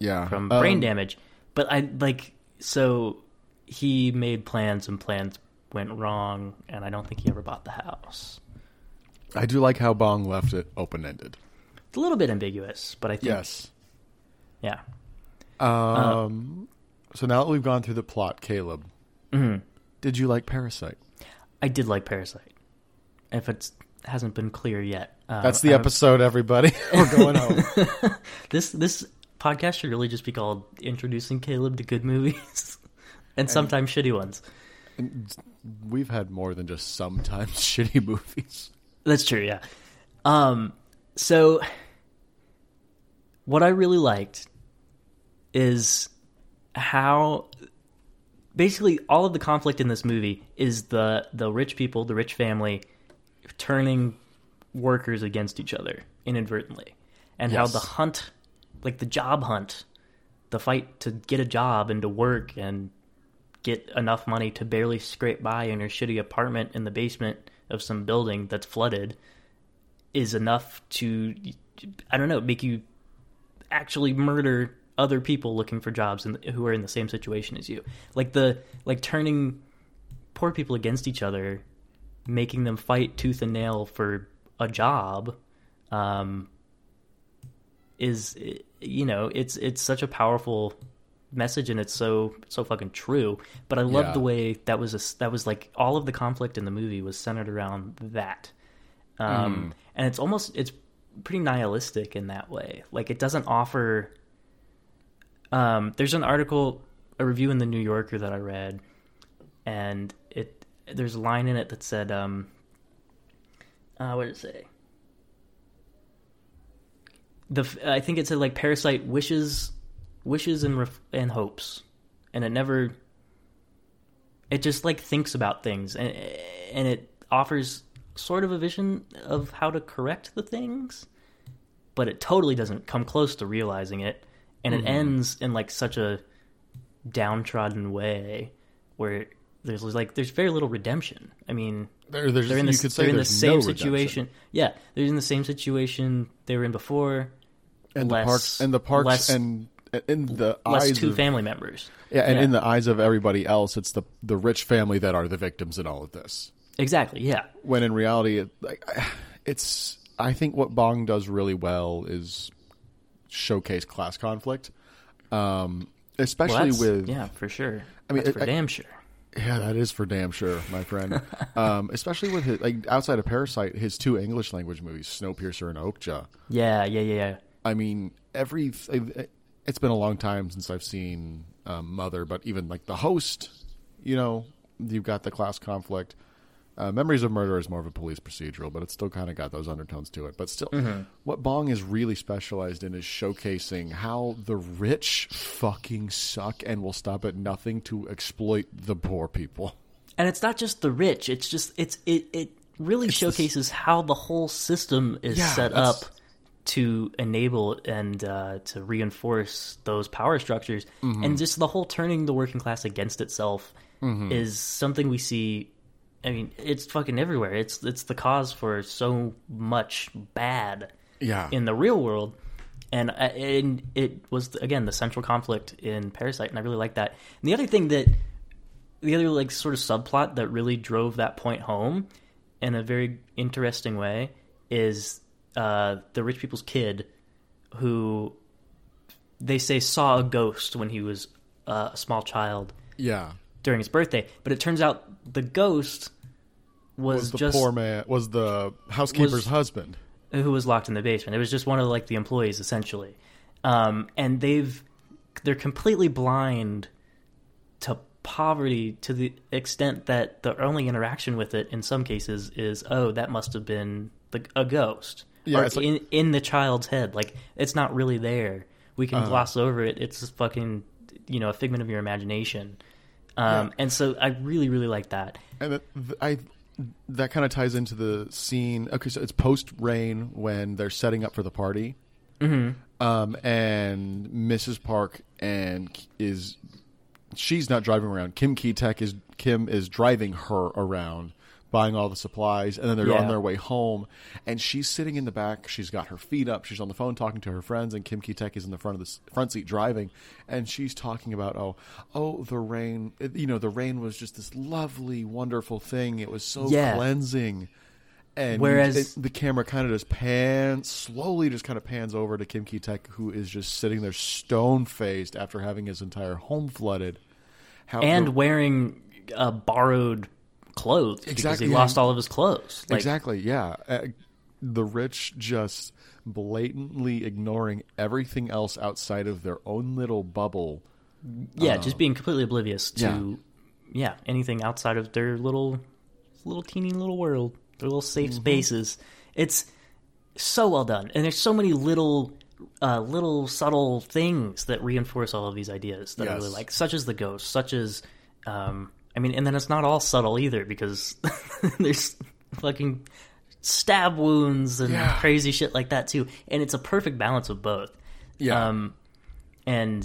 Speaker 1: yeah
Speaker 2: from
Speaker 1: Um,
Speaker 2: brain damage but i like so he made plans and plans went wrong and i don't think he ever bought the house
Speaker 1: I do like how Bong left it open ended.
Speaker 2: it's a little bit ambiguous but i think
Speaker 1: Yes.
Speaker 2: yeah
Speaker 1: Um,
Speaker 2: Uh,
Speaker 1: so now that we've gone through the plot, Caleb, did you like Parasite?
Speaker 2: Mm-hmm. I did like Parasite. If it hasn't been clear yet, uh,
Speaker 1: That's the
Speaker 2: I-
Speaker 1: episode,
Speaker 2: [LAUGHS]
Speaker 1: everybody. We're going home.
Speaker 2: This this podcast should really just be called "Introducing Caleb to Good Movies" [LAUGHS] and sometimes shitty ones.
Speaker 1: We've had more than just sometimes [LAUGHS] shitty movies.
Speaker 2: That's true. Yeah. Um. So, what I really liked is how basically all of the conflict in this movie is the the rich people, the rich family, turning workers against each other inadvertently, and how
Speaker 1: Yes.
Speaker 2: the hunt, like the job hunt, the fight to get a job and to work and get enough money to barely scrape by in her shitty apartment in the basement of some building that's flooded is enough to i don't know make you actually murder other people looking for jobs in, who are in the same situation as you like the like turning poor people against each other making them fight tooth and nail for a job um is you know it's it's such a powerful message and it's so so fucking true but i love
Speaker 1: Yeah.
Speaker 2: the way that was a s that was like all of the conflict in the movie was centered around that um and it's almost it's pretty nihilistic in that way like it doesn't offer um there's an article a review in the new yorker that i read and it there's a line in it that said um uh what did it say the f- I think it said like parasite wishes wishes and ref- and hopes and it never it just like thinks about things and and it offers sort of a vision of how to correct the things but it totally doesn't come close to realizing it and
Speaker 1: Mm-hmm.
Speaker 2: it ends in like such a downtrodden way where there's like there's very little redemption i mean
Speaker 1: There, there's,
Speaker 2: they're in the,
Speaker 1: you could say
Speaker 2: they're in the
Speaker 1: there's
Speaker 2: same
Speaker 1: no redemption.
Speaker 2: situation yeah they're in the same situation they were in before
Speaker 1: And
Speaker 2: Less-
Speaker 1: the parks, and the parks,
Speaker 2: less-
Speaker 1: and in the
Speaker 2: plus
Speaker 1: eyes
Speaker 2: two
Speaker 1: of,
Speaker 2: family members
Speaker 1: yeah, and
Speaker 2: yeah.
Speaker 1: in the eyes of everybody else, it's the the rich family that are the victims in all of this.
Speaker 2: exactly yeah
Speaker 1: when in reality, it, like [SIGHS] it's. I think what Bong does really well is showcase class conflict, um,
Speaker 2: Well,
Speaker 1: especially
Speaker 2: that's-
Speaker 1: with
Speaker 2: yeah for sure
Speaker 1: I mean,
Speaker 2: That's
Speaker 1: it-
Speaker 2: for
Speaker 1: I-
Speaker 2: damn sure
Speaker 1: yeah, that is for damn sure, my friend. um, especially with his, like outside of Parasite, his two English language movies, Snowpiercer and Oakja.
Speaker 2: yeah yeah yeah yeah
Speaker 1: I mean, every it's been a long time since I've seen um, Mother, but even like the host, you know, you've got the class conflict. Uh, Memories of Murder is more of a police procedural, but it's still kind of got those undertones to it. But still, what Bong is really specialized in is showcasing how the rich fucking suck and will stop at nothing to exploit the poor people.
Speaker 2: and it's not just the rich it's just it's it it really showcases how the whole system is
Speaker 1: Yeah,
Speaker 2: set
Speaker 1: that's-
Speaker 2: up to enable and uh, to reinforce those power structures
Speaker 1: Mm-hmm.
Speaker 2: and just the whole turning the working class against itself
Speaker 1: Mm-hmm.
Speaker 2: is something we see i mean it's fucking everywhere it's it's the cause for so much bad
Speaker 1: Yeah,
Speaker 2: in the real world and, I- and it was again the central conflict in parasite and i really like that and the other thing that the other like sort of subplot that really drove that point home in a very interesting way is uh, the rich people's kid who they say saw a ghost when he was uh, a small child
Speaker 1: yeah,
Speaker 2: during his birthday but it turns out the ghost was,
Speaker 1: was the
Speaker 2: just
Speaker 1: poor man was the housekeeper's
Speaker 2: was-
Speaker 1: husband.
Speaker 2: who was locked in the basement. It was just one of like the employees essentially, um, and they've they're completely blind to poverty to the extent that their only interaction with it in some cases is oh that must have been the, a ghost
Speaker 1: Yeah,
Speaker 2: or
Speaker 1: it's like-
Speaker 2: in in the child's head like it's not really there. We
Speaker 1: Uh-huh.
Speaker 2: can gloss over it. It's just fucking you know a figment of your imagination. Um, And so I really really like that.
Speaker 1: And it- th- I that kind of ties into the scene. Okay, so it's post rain when they're setting up for the party. Um, and Mrs. Park and K- is she's not driving around. Kim Key Tech is Kim is driving her around, buying all the supplies, and then they're on
Speaker 2: Yeah.
Speaker 1: their way home. And she's sitting in the back. She's got her feet up. She's on the phone talking to her friends, and Kim Key Tech is in the front of the s- front seat driving, and she's talking about oh oh the rain. It- You know the rain was just this lovely, wonderful thing. It was so
Speaker 2: Yeah.
Speaker 1: cleansing. And
Speaker 2: Whereas-
Speaker 1: it- the camera kind of just pans slowly, just kind of pans over to Kim Ki Tech, who is just sitting there stone faced after having his entire home flooded. How
Speaker 2: and
Speaker 1: the-
Speaker 2: wearing uh, borrowed clothes because
Speaker 1: Exactly,
Speaker 2: he
Speaker 1: yeah.
Speaker 2: lost all of his clothes. Like,
Speaker 1: exactly, yeah, Uh, the rich just blatantly ignoring everything else outside of their own little bubble.
Speaker 2: Yeah, just being completely oblivious
Speaker 1: Um, Yeah.
Speaker 2: to yeah. anything outside of their little little teeny little world, their little safe
Speaker 1: Mm-hmm.
Speaker 2: spaces. It's so well done, and there's so many little. Uh, little subtle things that reinforce all of these ideas that I really
Speaker 1: Yes.
Speaker 2: like, such as the ghost, such as, um, I mean, and then it's not all subtle either because [LAUGHS] there's fucking stab wounds and
Speaker 1: Yeah.
Speaker 2: crazy shit like that too. And it's a perfect balance of both.
Speaker 1: Yeah.
Speaker 2: Um, and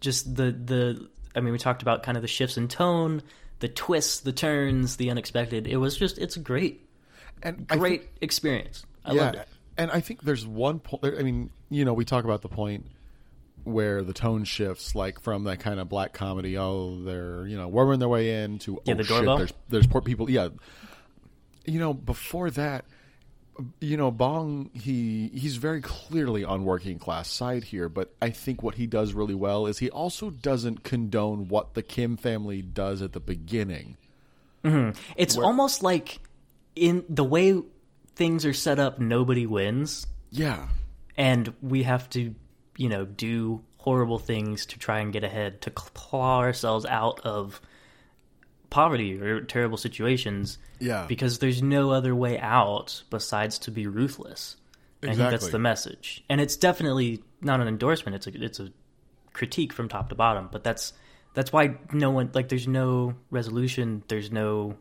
Speaker 2: just the the I mean, we talked about kind of the shifts in tone, the twists, the turns, the unexpected. It was just it's a great
Speaker 1: And I
Speaker 2: great experience. I
Speaker 1: yeah,
Speaker 2: loved it.
Speaker 1: and I think there's one point. I mean, you know, we talk about the point where the tone shifts, like from that kind of black comedy. Oh, they're you know worming their way in to
Speaker 2: Yeah,
Speaker 1: oh
Speaker 2: the
Speaker 1: shit,
Speaker 2: doorbell.
Speaker 1: there's there's poor people. Yeah, you know, before that, you know, Bong he he's very clearly on working class side here, but I think what he does really well is he also doesn't condone what the Kim family does at the beginning.
Speaker 2: It's almost like in the way things are set up, nobody wins,
Speaker 1: Yeah,
Speaker 2: and we have to you know do horrible things to try and get ahead to claw ourselves out of poverty or terrible situations
Speaker 1: yeah,
Speaker 2: because there's no other way out besides to be ruthless. I think
Speaker 1: Exactly.
Speaker 2: that's the message, and it's definitely not an endorsement. It's a it's a critique from top to bottom. But that's that's why no one like there's no resolution. There's no.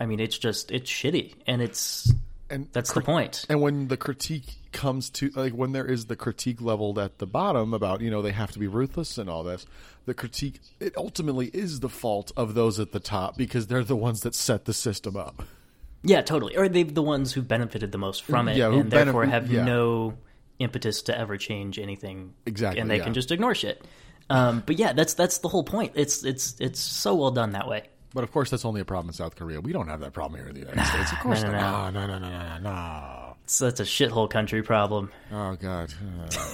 Speaker 2: I mean, it's just it's shitty, and it's
Speaker 1: and
Speaker 2: that's the point.
Speaker 1: And when the critique comes to like when there is the critique leveled at the bottom about you know they have to be ruthless and all this, the critique it ultimately is the fault of those at the top because they're the ones that set the system up.
Speaker 2: Yeah, totally. Or they the ones who benefited the most from it,
Speaker 1: Yeah, who
Speaker 2: and therefore
Speaker 1: benef-
Speaker 2: have
Speaker 1: yeah.
Speaker 2: no impetus to ever change anything.
Speaker 1: Exactly,
Speaker 2: and they
Speaker 1: yeah.
Speaker 2: can just ignore shit. Um, but yeah, that's that's the whole point. It's it's it's so well done that way.
Speaker 1: But of course, that's only a problem in South Korea. We don't have that problem here in the United States. Of course,
Speaker 2: no,
Speaker 1: not. no, no, no, no, no, no.
Speaker 2: So that's a shithole country problem.
Speaker 1: Oh God,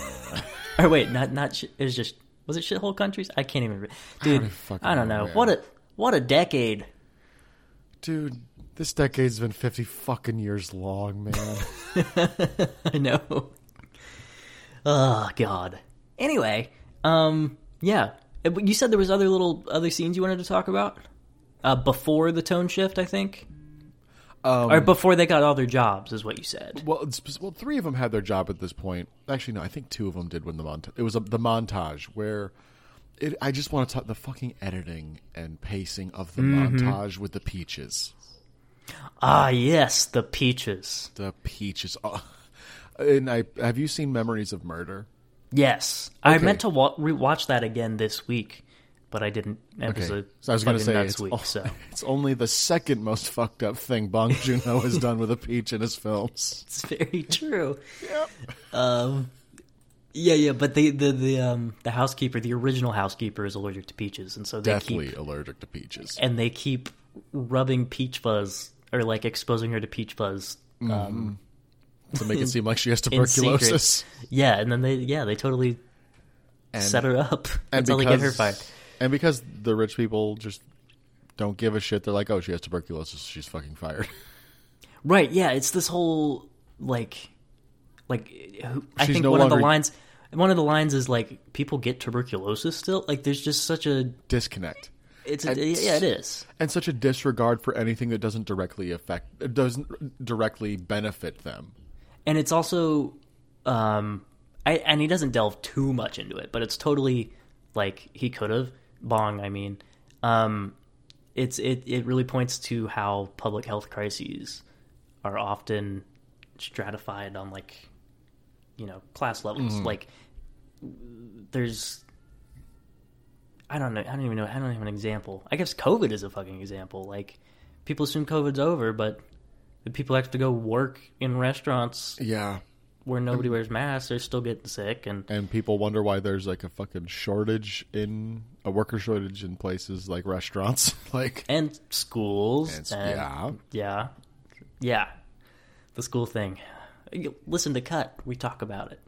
Speaker 1: [LAUGHS]
Speaker 2: Or wait, not not sh- it was just was it shithole countries? I can't even remember. Dude,
Speaker 1: don't
Speaker 2: I,
Speaker 1: fucking
Speaker 2: don't
Speaker 1: know,
Speaker 2: know.
Speaker 1: man.
Speaker 2: What a what a decade.
Speaker 1: dude, this decade's been fifty fucking years long, man.
Speaker 2: [LAUGHS] I know. Oh god. Anyway, um yeah. Uh, but You said there was other little other scenes you wanted to talk about uh, before the tone shift, I think.
Speaker 1: Um,
Speaker 2: or before they got all their jobs is what you said.
Speaker 1: Well, it's, well, three of them had their job at this point. Actually, no, I think two of them did when the montage. It was a, the montage where it. I just want to talk the fucking editing and pacing of the
Speaker 2: Mm-hmm.
Speaker 1: montage with the peaches.
Speaker 2: Ah, yes, the peaches.
Speaker 1: The peaches. Oh. [LAUGHS] And I have you seen Memories of Murder?
Speaker 2: Yes. I meant to wa- rewatch that again this week, but I didn't. It was a
Speaker 1: so I was going to
Speaker 2: fucking
Speaker 1: say
Speaker 2: nuts
Speaker 1: it's,
Speaker 2: week,
Speaker 1: o- [LAUGHS]
Speaker 2: so
Speaker 1: it's only the second most [LAUGHS] fucked up thing Bong Joon Ho
Speaker 2: [LAUGHS]
Speaker 1: has done with a peach in his films.
Speaker 2: It's very true. Yeah. Um, yeah, yeah, but the the the um the housekeeper, the original housekeeper, is allergic to peaches, and so they
Speaker 1: Deathly
Speaker 2: keep
Speaker 1: allergic to peaches.
Speaker 2: and they keep rubbing peach fuzz or like exposing her to peach fuzz.
Speaker 1: To make it seem like she has
Speaker 2: in secret.
Speaker 1: tuberculosis.
Speaker 2: Yeah, and then they yeah they totally
Speaker 1: And-
Speaker 2: [LAUGHS] set her up. That's how they get her fired.
Speaker 1: And because the rich people just don't give a shit. They're like, oh, she has tuberculosis. She's fucking fired. [LAUGHS]
Speaker 2: Right. Yeah. It's this whole like, like who- I
Speaker 1: She's
Speaker 2: think
Speaker 1: no
Speaker 2: one of the
Speaker 1: longer-
Speaker 2: lines, one of the lines is like people get tuberculosis still. Like there's just such a
Speaker 1: Disconnect.
Speaker 2: it's a,
Speaker 1: It's-
Speaker 2: yeah it is
Speaker 1: And such a disregard for anything that doesn't directly affect, it doesn't directly benefit them.
Speaker 2: and it's also um I, and he doesn't delve too much into it but it's totally like he could have bong i mean um it's it it really points to how public health crises are often stratified on like you know class levels like there's i don't know i don't even know i don't have an example i guess covid is a fucking example like people assume covid's over but the people have to go work in restaurants
Speaker 1: Yeah. Mm-hmm.
Speaker 2: where nobody wears masks, they're still getting sick. And
Speaker 1: And people wonder why there's like a fucking shortage in a worker shortage in places like restaurants. [LAUGHS] like,
Speaker 2: and schools.
Speaker 1: it's-
Speaker 2: and-
Speaker 1: yeah.
Speaker 2: yeah, yeah. The school thing. You- Listen to cut. We talk about it.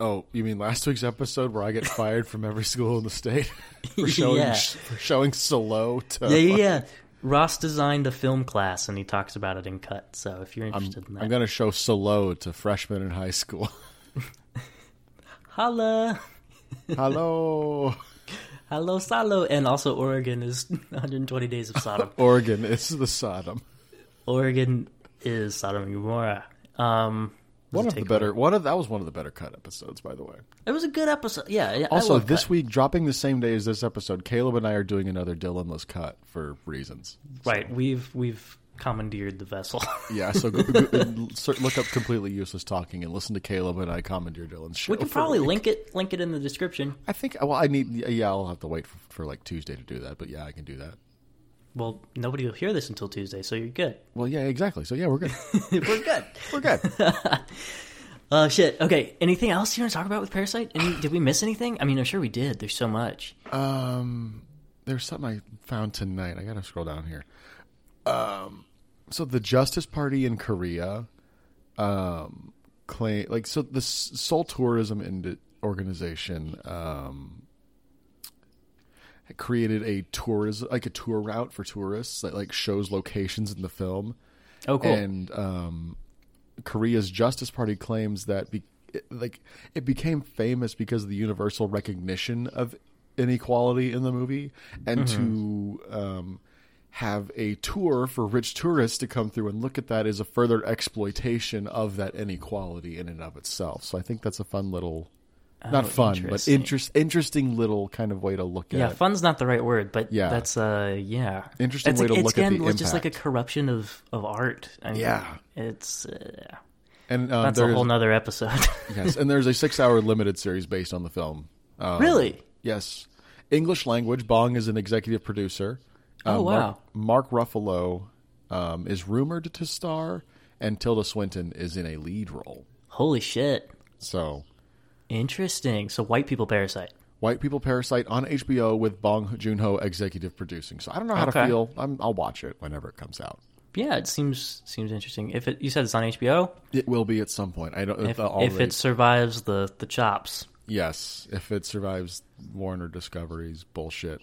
Speaker 1: Oh, you mean last week's episode where I get fired from every school in the state for showing
Speaker 2: [LAUGHS] Yeah.
Speaker 1: for showing solo to
Speaker 2: Yeah, yeah, yeah. [LAUGHS] Ross designed a film class, and he talks about it in cut. So if you're interested in that,
Speaker 1: I'm gonna show solo to freshmen in high school.
Speaker 2: holla,
Speaker 1: Hello,
Speaker 2: hello, Salo, and also Oregon is [LAUGHS] 120 days of
Speaker 1: [LAUGHS]
Speaker 2: Sodom.
Speaker 1: [LAUGHS] Oregon. It's the Sodom.
Speaker 2: Oregon is Sodom and Gomorrah. Um,
Speaker 1: One of
Speaker 2: does it
Speaker 1: the
Speaker 2: take
Speaker 1: better. One of that was one of the better cut episodes, by the way.
Speaker 2: It was a good episode. Yeah. yeah, I
Speaker 1: Also,
Speaker 2: love
Speaker 1: this
Speaker 2: Cut.
Speaker 1: week dropping the same day as this episode, Caleb and I are doing another Dylanless cut for reasons.
Speaker 2: right, we've we've commandeered the vessel. [LAUGHS]
Speaker 1: Yeah, so go, go, [LAUGHS] look up completely useless talking and listen to Caleb and I commandeer Dylan's show.
Speaker 2: we [LAUGHS] can
Speaker 1: for-
Speaker 2: probably link it link it in the description.
Speaker 1: I think. Well, I need. Yeah, I'll have to wait for, for like Tuesday to do that. But yeah, I can do that.
Speaker 2: Well, nobody will hear this until Tuesday, so you're good.
Speaker 1: Well, yeah, exactly. So yeah, we're good.
Speaker 2: [LAUGHS] We're good.
Speaker 1: We're [LAUGHS] good.
Speaker 2: [LAUGHS] Oh shit. Okay. Anything else you want to talk about with Parasite? Any, did we miss anything? I mean, I'm sure we did. There's so much.
Speaker 1: Um, there's something I found tonight. I gotta scroll down here. Um, so the Justice Party in Korea, um, claim like so the S- Seoul Tourism Ind- organization, um, created a tourism like a tour route for tourists that like shows locations in the film.
Speaker 2: Oh, cool.
Speaker 1: And um, Korea's Justice Party claims that be, it- like it became famous because of the universal recognition of inequality in the movie, and
Speaker 2: Mm-hmm.
Speaker 1: to um, have a tour for rich tourists to come through and look at that is a further exploitation of that inequality in and of itself. So I think that's a fun little. Not fun, but
Speaker 2: Oh, interesting.
Speaker 1: interest, interesting little kind of way to look at
Speaker 2: yeah,
Speaker 1: it.
Speaker 2: fun's not the right word, but
Speaker 1: uh, Yeah.
Speaker 2: that's uh yeah.
Speaker 1: Interesting
Speaker 2: it's,
Speaker 1: way to
Speaker 2: it's
Speaker 1: look at
Speaker 2: again,
Speaker 1: the
Speaker 2: like, just like a
Speaker 1: impact.
Speaker 2: corruption of of art. I mean,
Speaker 1: Yeah.
Speaker 2: It's uh,
Speaker 1: And uh,
Speaker 2: that's a
Speaker 1: there's-
Speaker 2: whole nother episode. [LAUGHS]
Speaker 1: [LAUGHS] yes, and there's a six-hour limited series based on the film. Um,
Speaker 2: really?
Speaker 1: Yes, English language. Bong is an executive producer. Um,
Speaker 2: Oh, wow.
Speaker 1: Mark, Mark Ruffalo um, is rumored to star, and Tilda Swinton is in a lead role.
Speaker 2: Holy shit.
Speaker 1: So,
Speaker 2: Interesting. So white people parasite.
Speaker 1: White People Parasite on HBO with Bong Joon-ho executive producing. So I don't know how
Speaker 2: Okay.
Speaker 1: to feel. I'm, I'll watch it whenever it comes out.
Speaker 2: Yeah, it seems seems interesting. If it you said it's on HBO,
Speaker 1: It will be at some point. I don't. uh,
Speaker 2: if,
Speaker 1: If, I'll
Speaker 2: if
Speaker 1: rate-
Speaker 2: it survives the the chops.
Speaker 1: Yes, if it survives Warner Discovery's bullshit.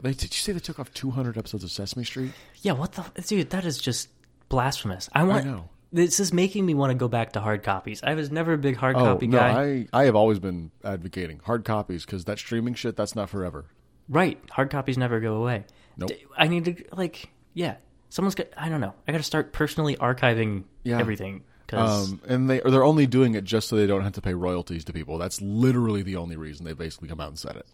Speaker 1: They, did you say they took off 200 episodes of Sesame Street?
Speaker 2: Yeah, what the f- dude? That is just blasphemous. I want.
Speaker 1: know.
Speaker 2: This is making me want to go back to hard copies. I was never a big hard
Speaker 1: Oh,
Speaker 2: copy
Speaker 1: no,
Speaker 2: guy.
Speaker 1: I, I have always been advocating hard copies because that streaming shit, that's not forever.
Speaker 2: Right, hard copies never go away.
Speaker 1: Nope.
Speaker 2: D- I need to like, yeah. Someone's got. I don't know. I got to start personally archiving
Speaker 1: Yeah.
Speaker 2: everything because
Speaker 1: Um, and they, or they're only doing it just so they don't have to pay royalties to people. That's literally the only reason they've basically come out and said it.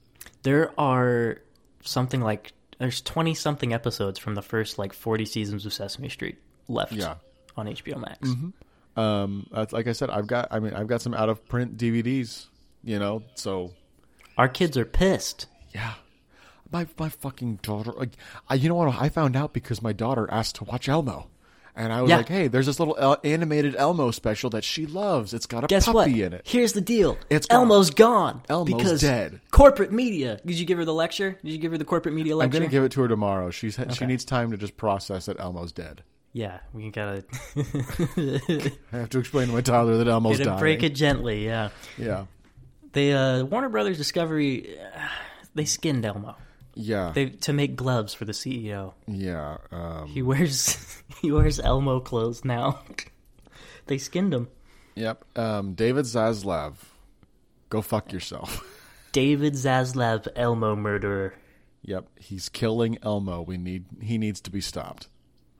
Speaker 2: there are something like there's twenty something episodes from the first like forty seasons of Sesame Street left.
Speaker 1: Yeah. Mm-hmm.
Speaker 2: On HBO Max.
Speaker 1: Um, that's- like I said, I've got, I mean, I've got some out of print DVDs, you know, so
Speaker 2: Our kids are pissed.
Speaker 1: Yeah. My my fucking daughter. Like, I, you know what? I found out because my daughter asked to watch Elmo, and I was
Speaker 2: Yeah.
Speaker 1: like, "Hey, there's this little El- animated Elmo special that she loves. It's got a
Speaker 2: Guess
Speaker 1: puppy
Speaker 2: what?
Speaker 1: in it."
Speaker 2: Here's the deal.
Speaker 1: It's gone.
Speaker 2: Elmo's gone.
Speaker 1: Elmo's
Speaker 2: because
Speaker 1: dead.
Speaker 2: Corporate media. Did you give her the lecture? Did you give her the corporate media
Speaker 1: I'm
Speaker 2: lecture?
Speaker 1: gonna give it to her tomorrow. She's she needs time to just process that Elmo's dead.
Speaker 2: yeah, we gotta [LAUGHS]
Speaker 1: I have to explain to my toddler that Elmo's
Speaker 2: gotta
Speaker 1: dying.
Speaker 2: break it gently. Yeah,
Speaker 1: Yeah.
Speaker 2: they uh, Warner Brothers Discovery. Uh, they skinned Elmo.
Speaker 1: Yeah.
Speaker 2: They to make gloves for the CEO.
Speaker 1: yeah. Um,
Speaker 2: He wears [LAUGHS] he wears Elmo clothes now. [LAUGHS] they skinned him.
Speaker 1: yep. Um, David Zaslav. Go fuck yourself. [LAUGHS]
Speaker 2: David Zaslav Elmo murderer.
Speaker 1: yep. He's killing Elmo. We need he needs to be stopped.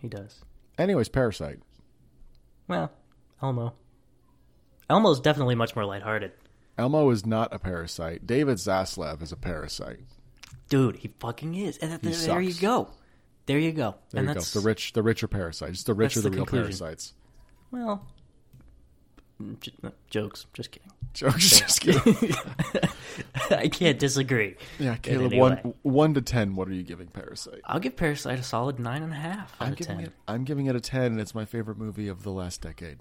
Speaker 2: He does.
Speaker 1: Anyways, Parasite.
Speaker 2: Well, Elmo. Elmo's definitely much more lighthearted.
Speaker 1: Elmo is not a parasite. David Zaslav is a parasite.
Speaker 2: Dude, he fucking is. And that, there you
Speaker 1: sucks.
Speaker 2: go. There you go.
Speaker 1: There
Speaker 2: and
Speaker 1: you go.
Speaker 2: that's
Speaker 1: The rich the rich are parasites. It's the rich
Speaker 2: that's
Speaker 1: are the,
Speaker 2: the
Speaker 1: real
Speaker 2: conclusion.
Speaker 1: parasites. [LAUGHS]
Speaker 2: well mm, j- no, jokes, just kidding. [LAUGHS]
Speaker 1: Jokes just kidding.
Speaker 2: I can't disagree. [LAUGHS]
Speaker 1: Yeah, Caleb,
Speaker 2: any
Speaker 1: one
Speaker 2: way.
Speaker 1: one to ten, what are you giving Parasite?
Speaker 2: I'll give Parasite a solid nine and a half out
Speaker 1: I'm
Speaker 2: of
Speaker 1: giving
Speaker 2: ten.
Speaker 1: it I'm giving it a ten and it's my favorite movie of the last decade.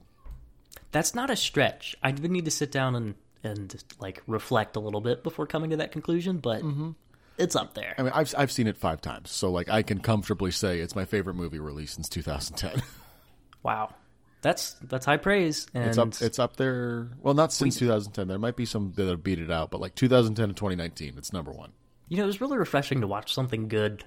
Speaker 2: That's not a stretch. I would need to sit down and and like reflect a little bit before coming to that conclusion, but
Speaker 1: Mm-hmm.
Speaker 2: it's up there.
Speaker 1: I mean I've I've seen it five times, so like I can comfortably say it's my favorite movie released since two thousand ten. [LAUGHS]
Speaker 2: Wow, that's that's high praise. And
Speaker 1: It's up it's up there well not since two thousand ten. There might be some that have beat it out, but like two thousand ten to twenty nineteen, it's number one.
Speaker 2: you know, it was really refreshing to watch something good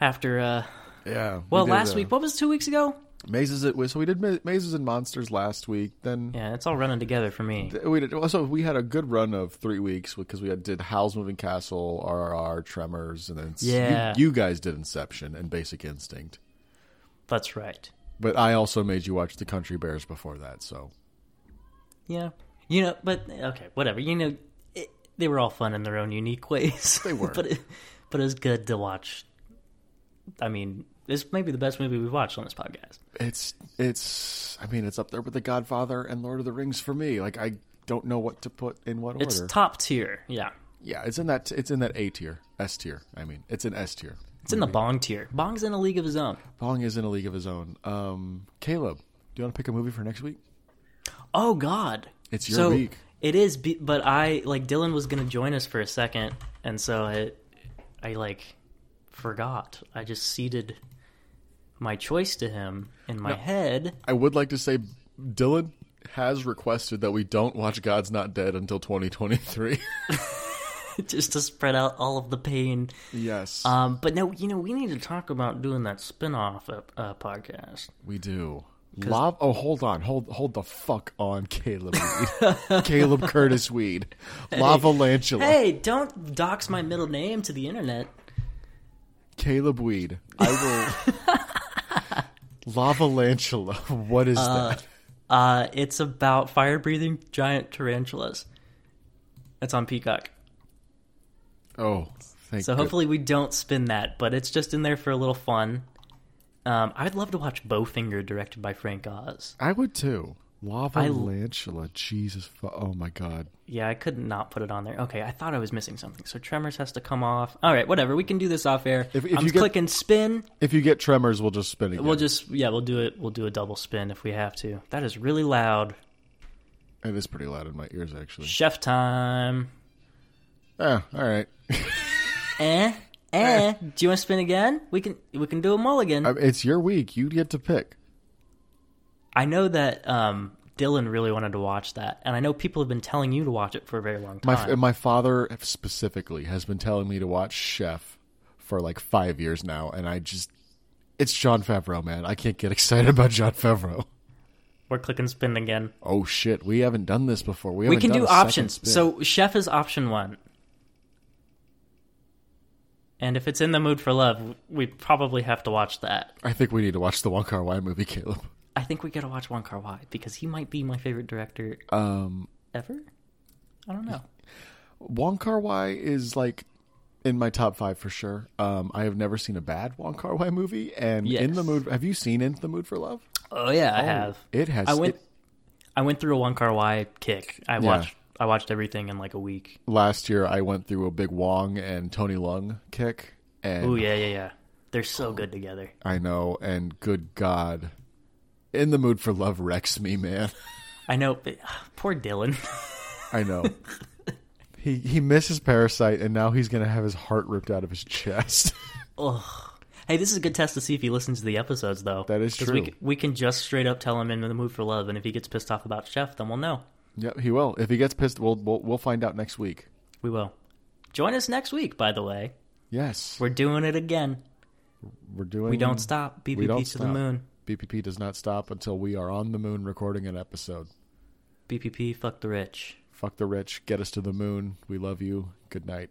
Speaker 2: after. uh
Speaker 1: Yeah. we
Speaker 2: Well,
Speaker 1: did,
Speaker 2: last
Speaker 1: uh,
Speaker 2: week, what was it, two weeks ago?
Speaker 1: Mazes it so we did Ma- Mazes and Monsters last week. Then
Speaker 2: Yeah, it's all running together for me.
Speaker 1: we did also we had a good run of three weeks because we had, did Howl's Moving Castle, RRR, Tremors, and then s- you-
Speaker 2: Yeah.
Speaker 1: you, guys did Inception and Basic Instinct.
Speaker 2: That's right.
Speaker 1: But I also made you watch The Country Bears before that, so
Speaker 2: Yeah, you know, but okay, whatever. You know, it, they were all fun in their own unique ways.
Speaker 1: [LAUGHS] They were.
Speaker 2: [LAUGHS] but it, but it was good to watch. I mean, this may be the best movie we've watched on this podcast.
Speaker 1: it's it's I mean it's up there with The Godfather and Lord of the Rings for me. Like I don't know what to put in what order.
Speaker 2: It's top tier. Yeah.
Speaker 1: yeah, it's in that it's in that A tier, S tier. I mean, it's in S tier.
Speaker 2: It's in the Bong tier. Bong's in a league of his own.
Speaker 1: Pong is in a league of his own. Um, Caleb, do you want to pick a movie for next week?
Speaker 2: Oh God.
Speaker 1: It's your
Speaker 2: so
Speaker 1: week.
Speaker 2: It is, be- but I like Dylan was gonna join us for a second, and so I, I like, forgot. I just ceded my choice to him in my head. [LAUGHS]
Speaker 1: I would like to say Dylan has requested that we don't watch God's Not Dead until 2023.
Speaker 2: just to spread out all of the pain.
Speaker 1: yes.
Speaker 2: Um, but no, you know, we need to talk about doing that spin-off uh, uh, podcast.
Speaker 1: we do. Lava Oh, hold on. Hold hold the fuck on, Caleb Weed. [LAUGHS] Caleb Curtis Weed. Lavalantula.
Speaker 2: Hey, don't dox my middle name to the internet.
Speaker 1: Caleb Weed. I
Speaker 2: [LAUGHS]
Speaker 1: will Lavalantula. [LAUGHS] What is that?
Speaker 2: Uh, it's about fire-breathing giant tarantulas. That's on Peacock.
Speaker 1: Oh, thank
Speaker 2: So
Speaker 1: you.
Speaker 2: hopefully we don't spin that, but it's just in there for a little fun. Um, I'd love to watch Bowfinger directed by Frank Oz.
Speaker 1: I would too. Lavalantula. Jesus fu- Oh my god.
Speaker 2: Yeah, I could not put it on there. Okay, I thought I was missing something. So Tremors has to come off. All right, whatever. We can do this off air.
Speaker 1: If- if
Speaker 2: I'm
Speaker 1: you get-
Speaker 2: clicking spin.
Speaker 1: If you get tremors, we'll just spin again.
Speaker 2: We'll just yeah, we'll do it. We'll do a double spin if we have to. That is really loud.
Speaker 1: It is pretty loud in my ears, actually.
Speaker 2: Chef time.
Speaker 1: Ah, all right.
Speaker 2: Eh, eh. Do you want to spin again? We can we can do a mulligan.
Speaker 1: I- Uh, It's your week. You get to pick.
Speaker 2: I know that um, Dylan really wanted to watch that, and I know people have been telling you to watch it for a very long
Speaker 1: My
Speaker 2: time.
Speaker 1: my father specifically has been telling me to watch Chef for like five years now, and I just it's John Favreau, man. I can't get [LAUGHS] excited about John Favreau.
Speaker 2: We're clicking spin again.
Speaker 1: Oh shit, we haven't done this before. We,
Speaker 2: We
Speaker 1: haven't
Speaker 2: can
Speaker 1: done
Speaker 2: do
Speaker 1: a second
Speaker 2: options.
Speaker 1: spin.
Speaker 2: So Chef is option one. And if it's in the mood for love, we probably have to watch that.
Speaker 1: I think we need to watch the Wong Kar Wai movie, Caleb.
Speaker 2: I think we gotta watch Wong Kar Wai because he might be my favorite director
Speaker 1: Um,
Speaker 2: ever. I don't know.
Speaker 1: Wong Kar Wai is like in my top five for sure. Um, I have never seen a bad Wong Kar Wai movie, and in
Speaker 2: Yes.
Speaker 1: the mood. Have you seen In the Mood for Love?
Speaker 2: Oh yeah, I have.
Speaker 1: It has.
Speaker 2: I went.
Speaker 1: it-
Speaker 2: I went through a one car Y kick. I watched. I watched everything in like a week.
Speaker 1: last year I went through a big Wong and Tony Lung kick, and
Speaker 2: Oh yeah, yeah, yeah. They're so good together.
Speaker 1: I know, and good God, in the mood for love wrecks me, man. [LAUGHS]
Speaker 2: I know. But, [SIGHS] poor Dylan. [LAUGHS]
Speaker 1: I know. he he misses Parasite, and now he's gonna have his heart ripped out of his chest. [LAUGHS]
Speaker 2: hey, this is a good test to see if he listens to the episodes, though.
Speaker 1: That is
Speaker 2: 'Cause We,
Speaker 1: true.
Speaker 2: c- we can just straight up tell him in the mood for love, and if he gets pissed off about Chef, then we'll know.
Speaker 1: yep, he will. If he gets pissed, we'll we'll, we'll find out next week.
Speaker 2: We will. Join us next week, by the way,
Speaker 1: Yes,
Speaker 2: We're doing it again.
Speaker 1: we're doing.
Speaker 2: We don't stop.
Speaker 1: Mm. we don't
Speaker 2: BPP to the
Speaker 1: stop.
Speaker 2: moon.
Speaker 1: BPP does not stop until we are on the moon recording an episode.
Speaker 2: BPP, fuck the rich.
Speaker 1: Fuck the rich. Get us to the moon. We love you. Good night.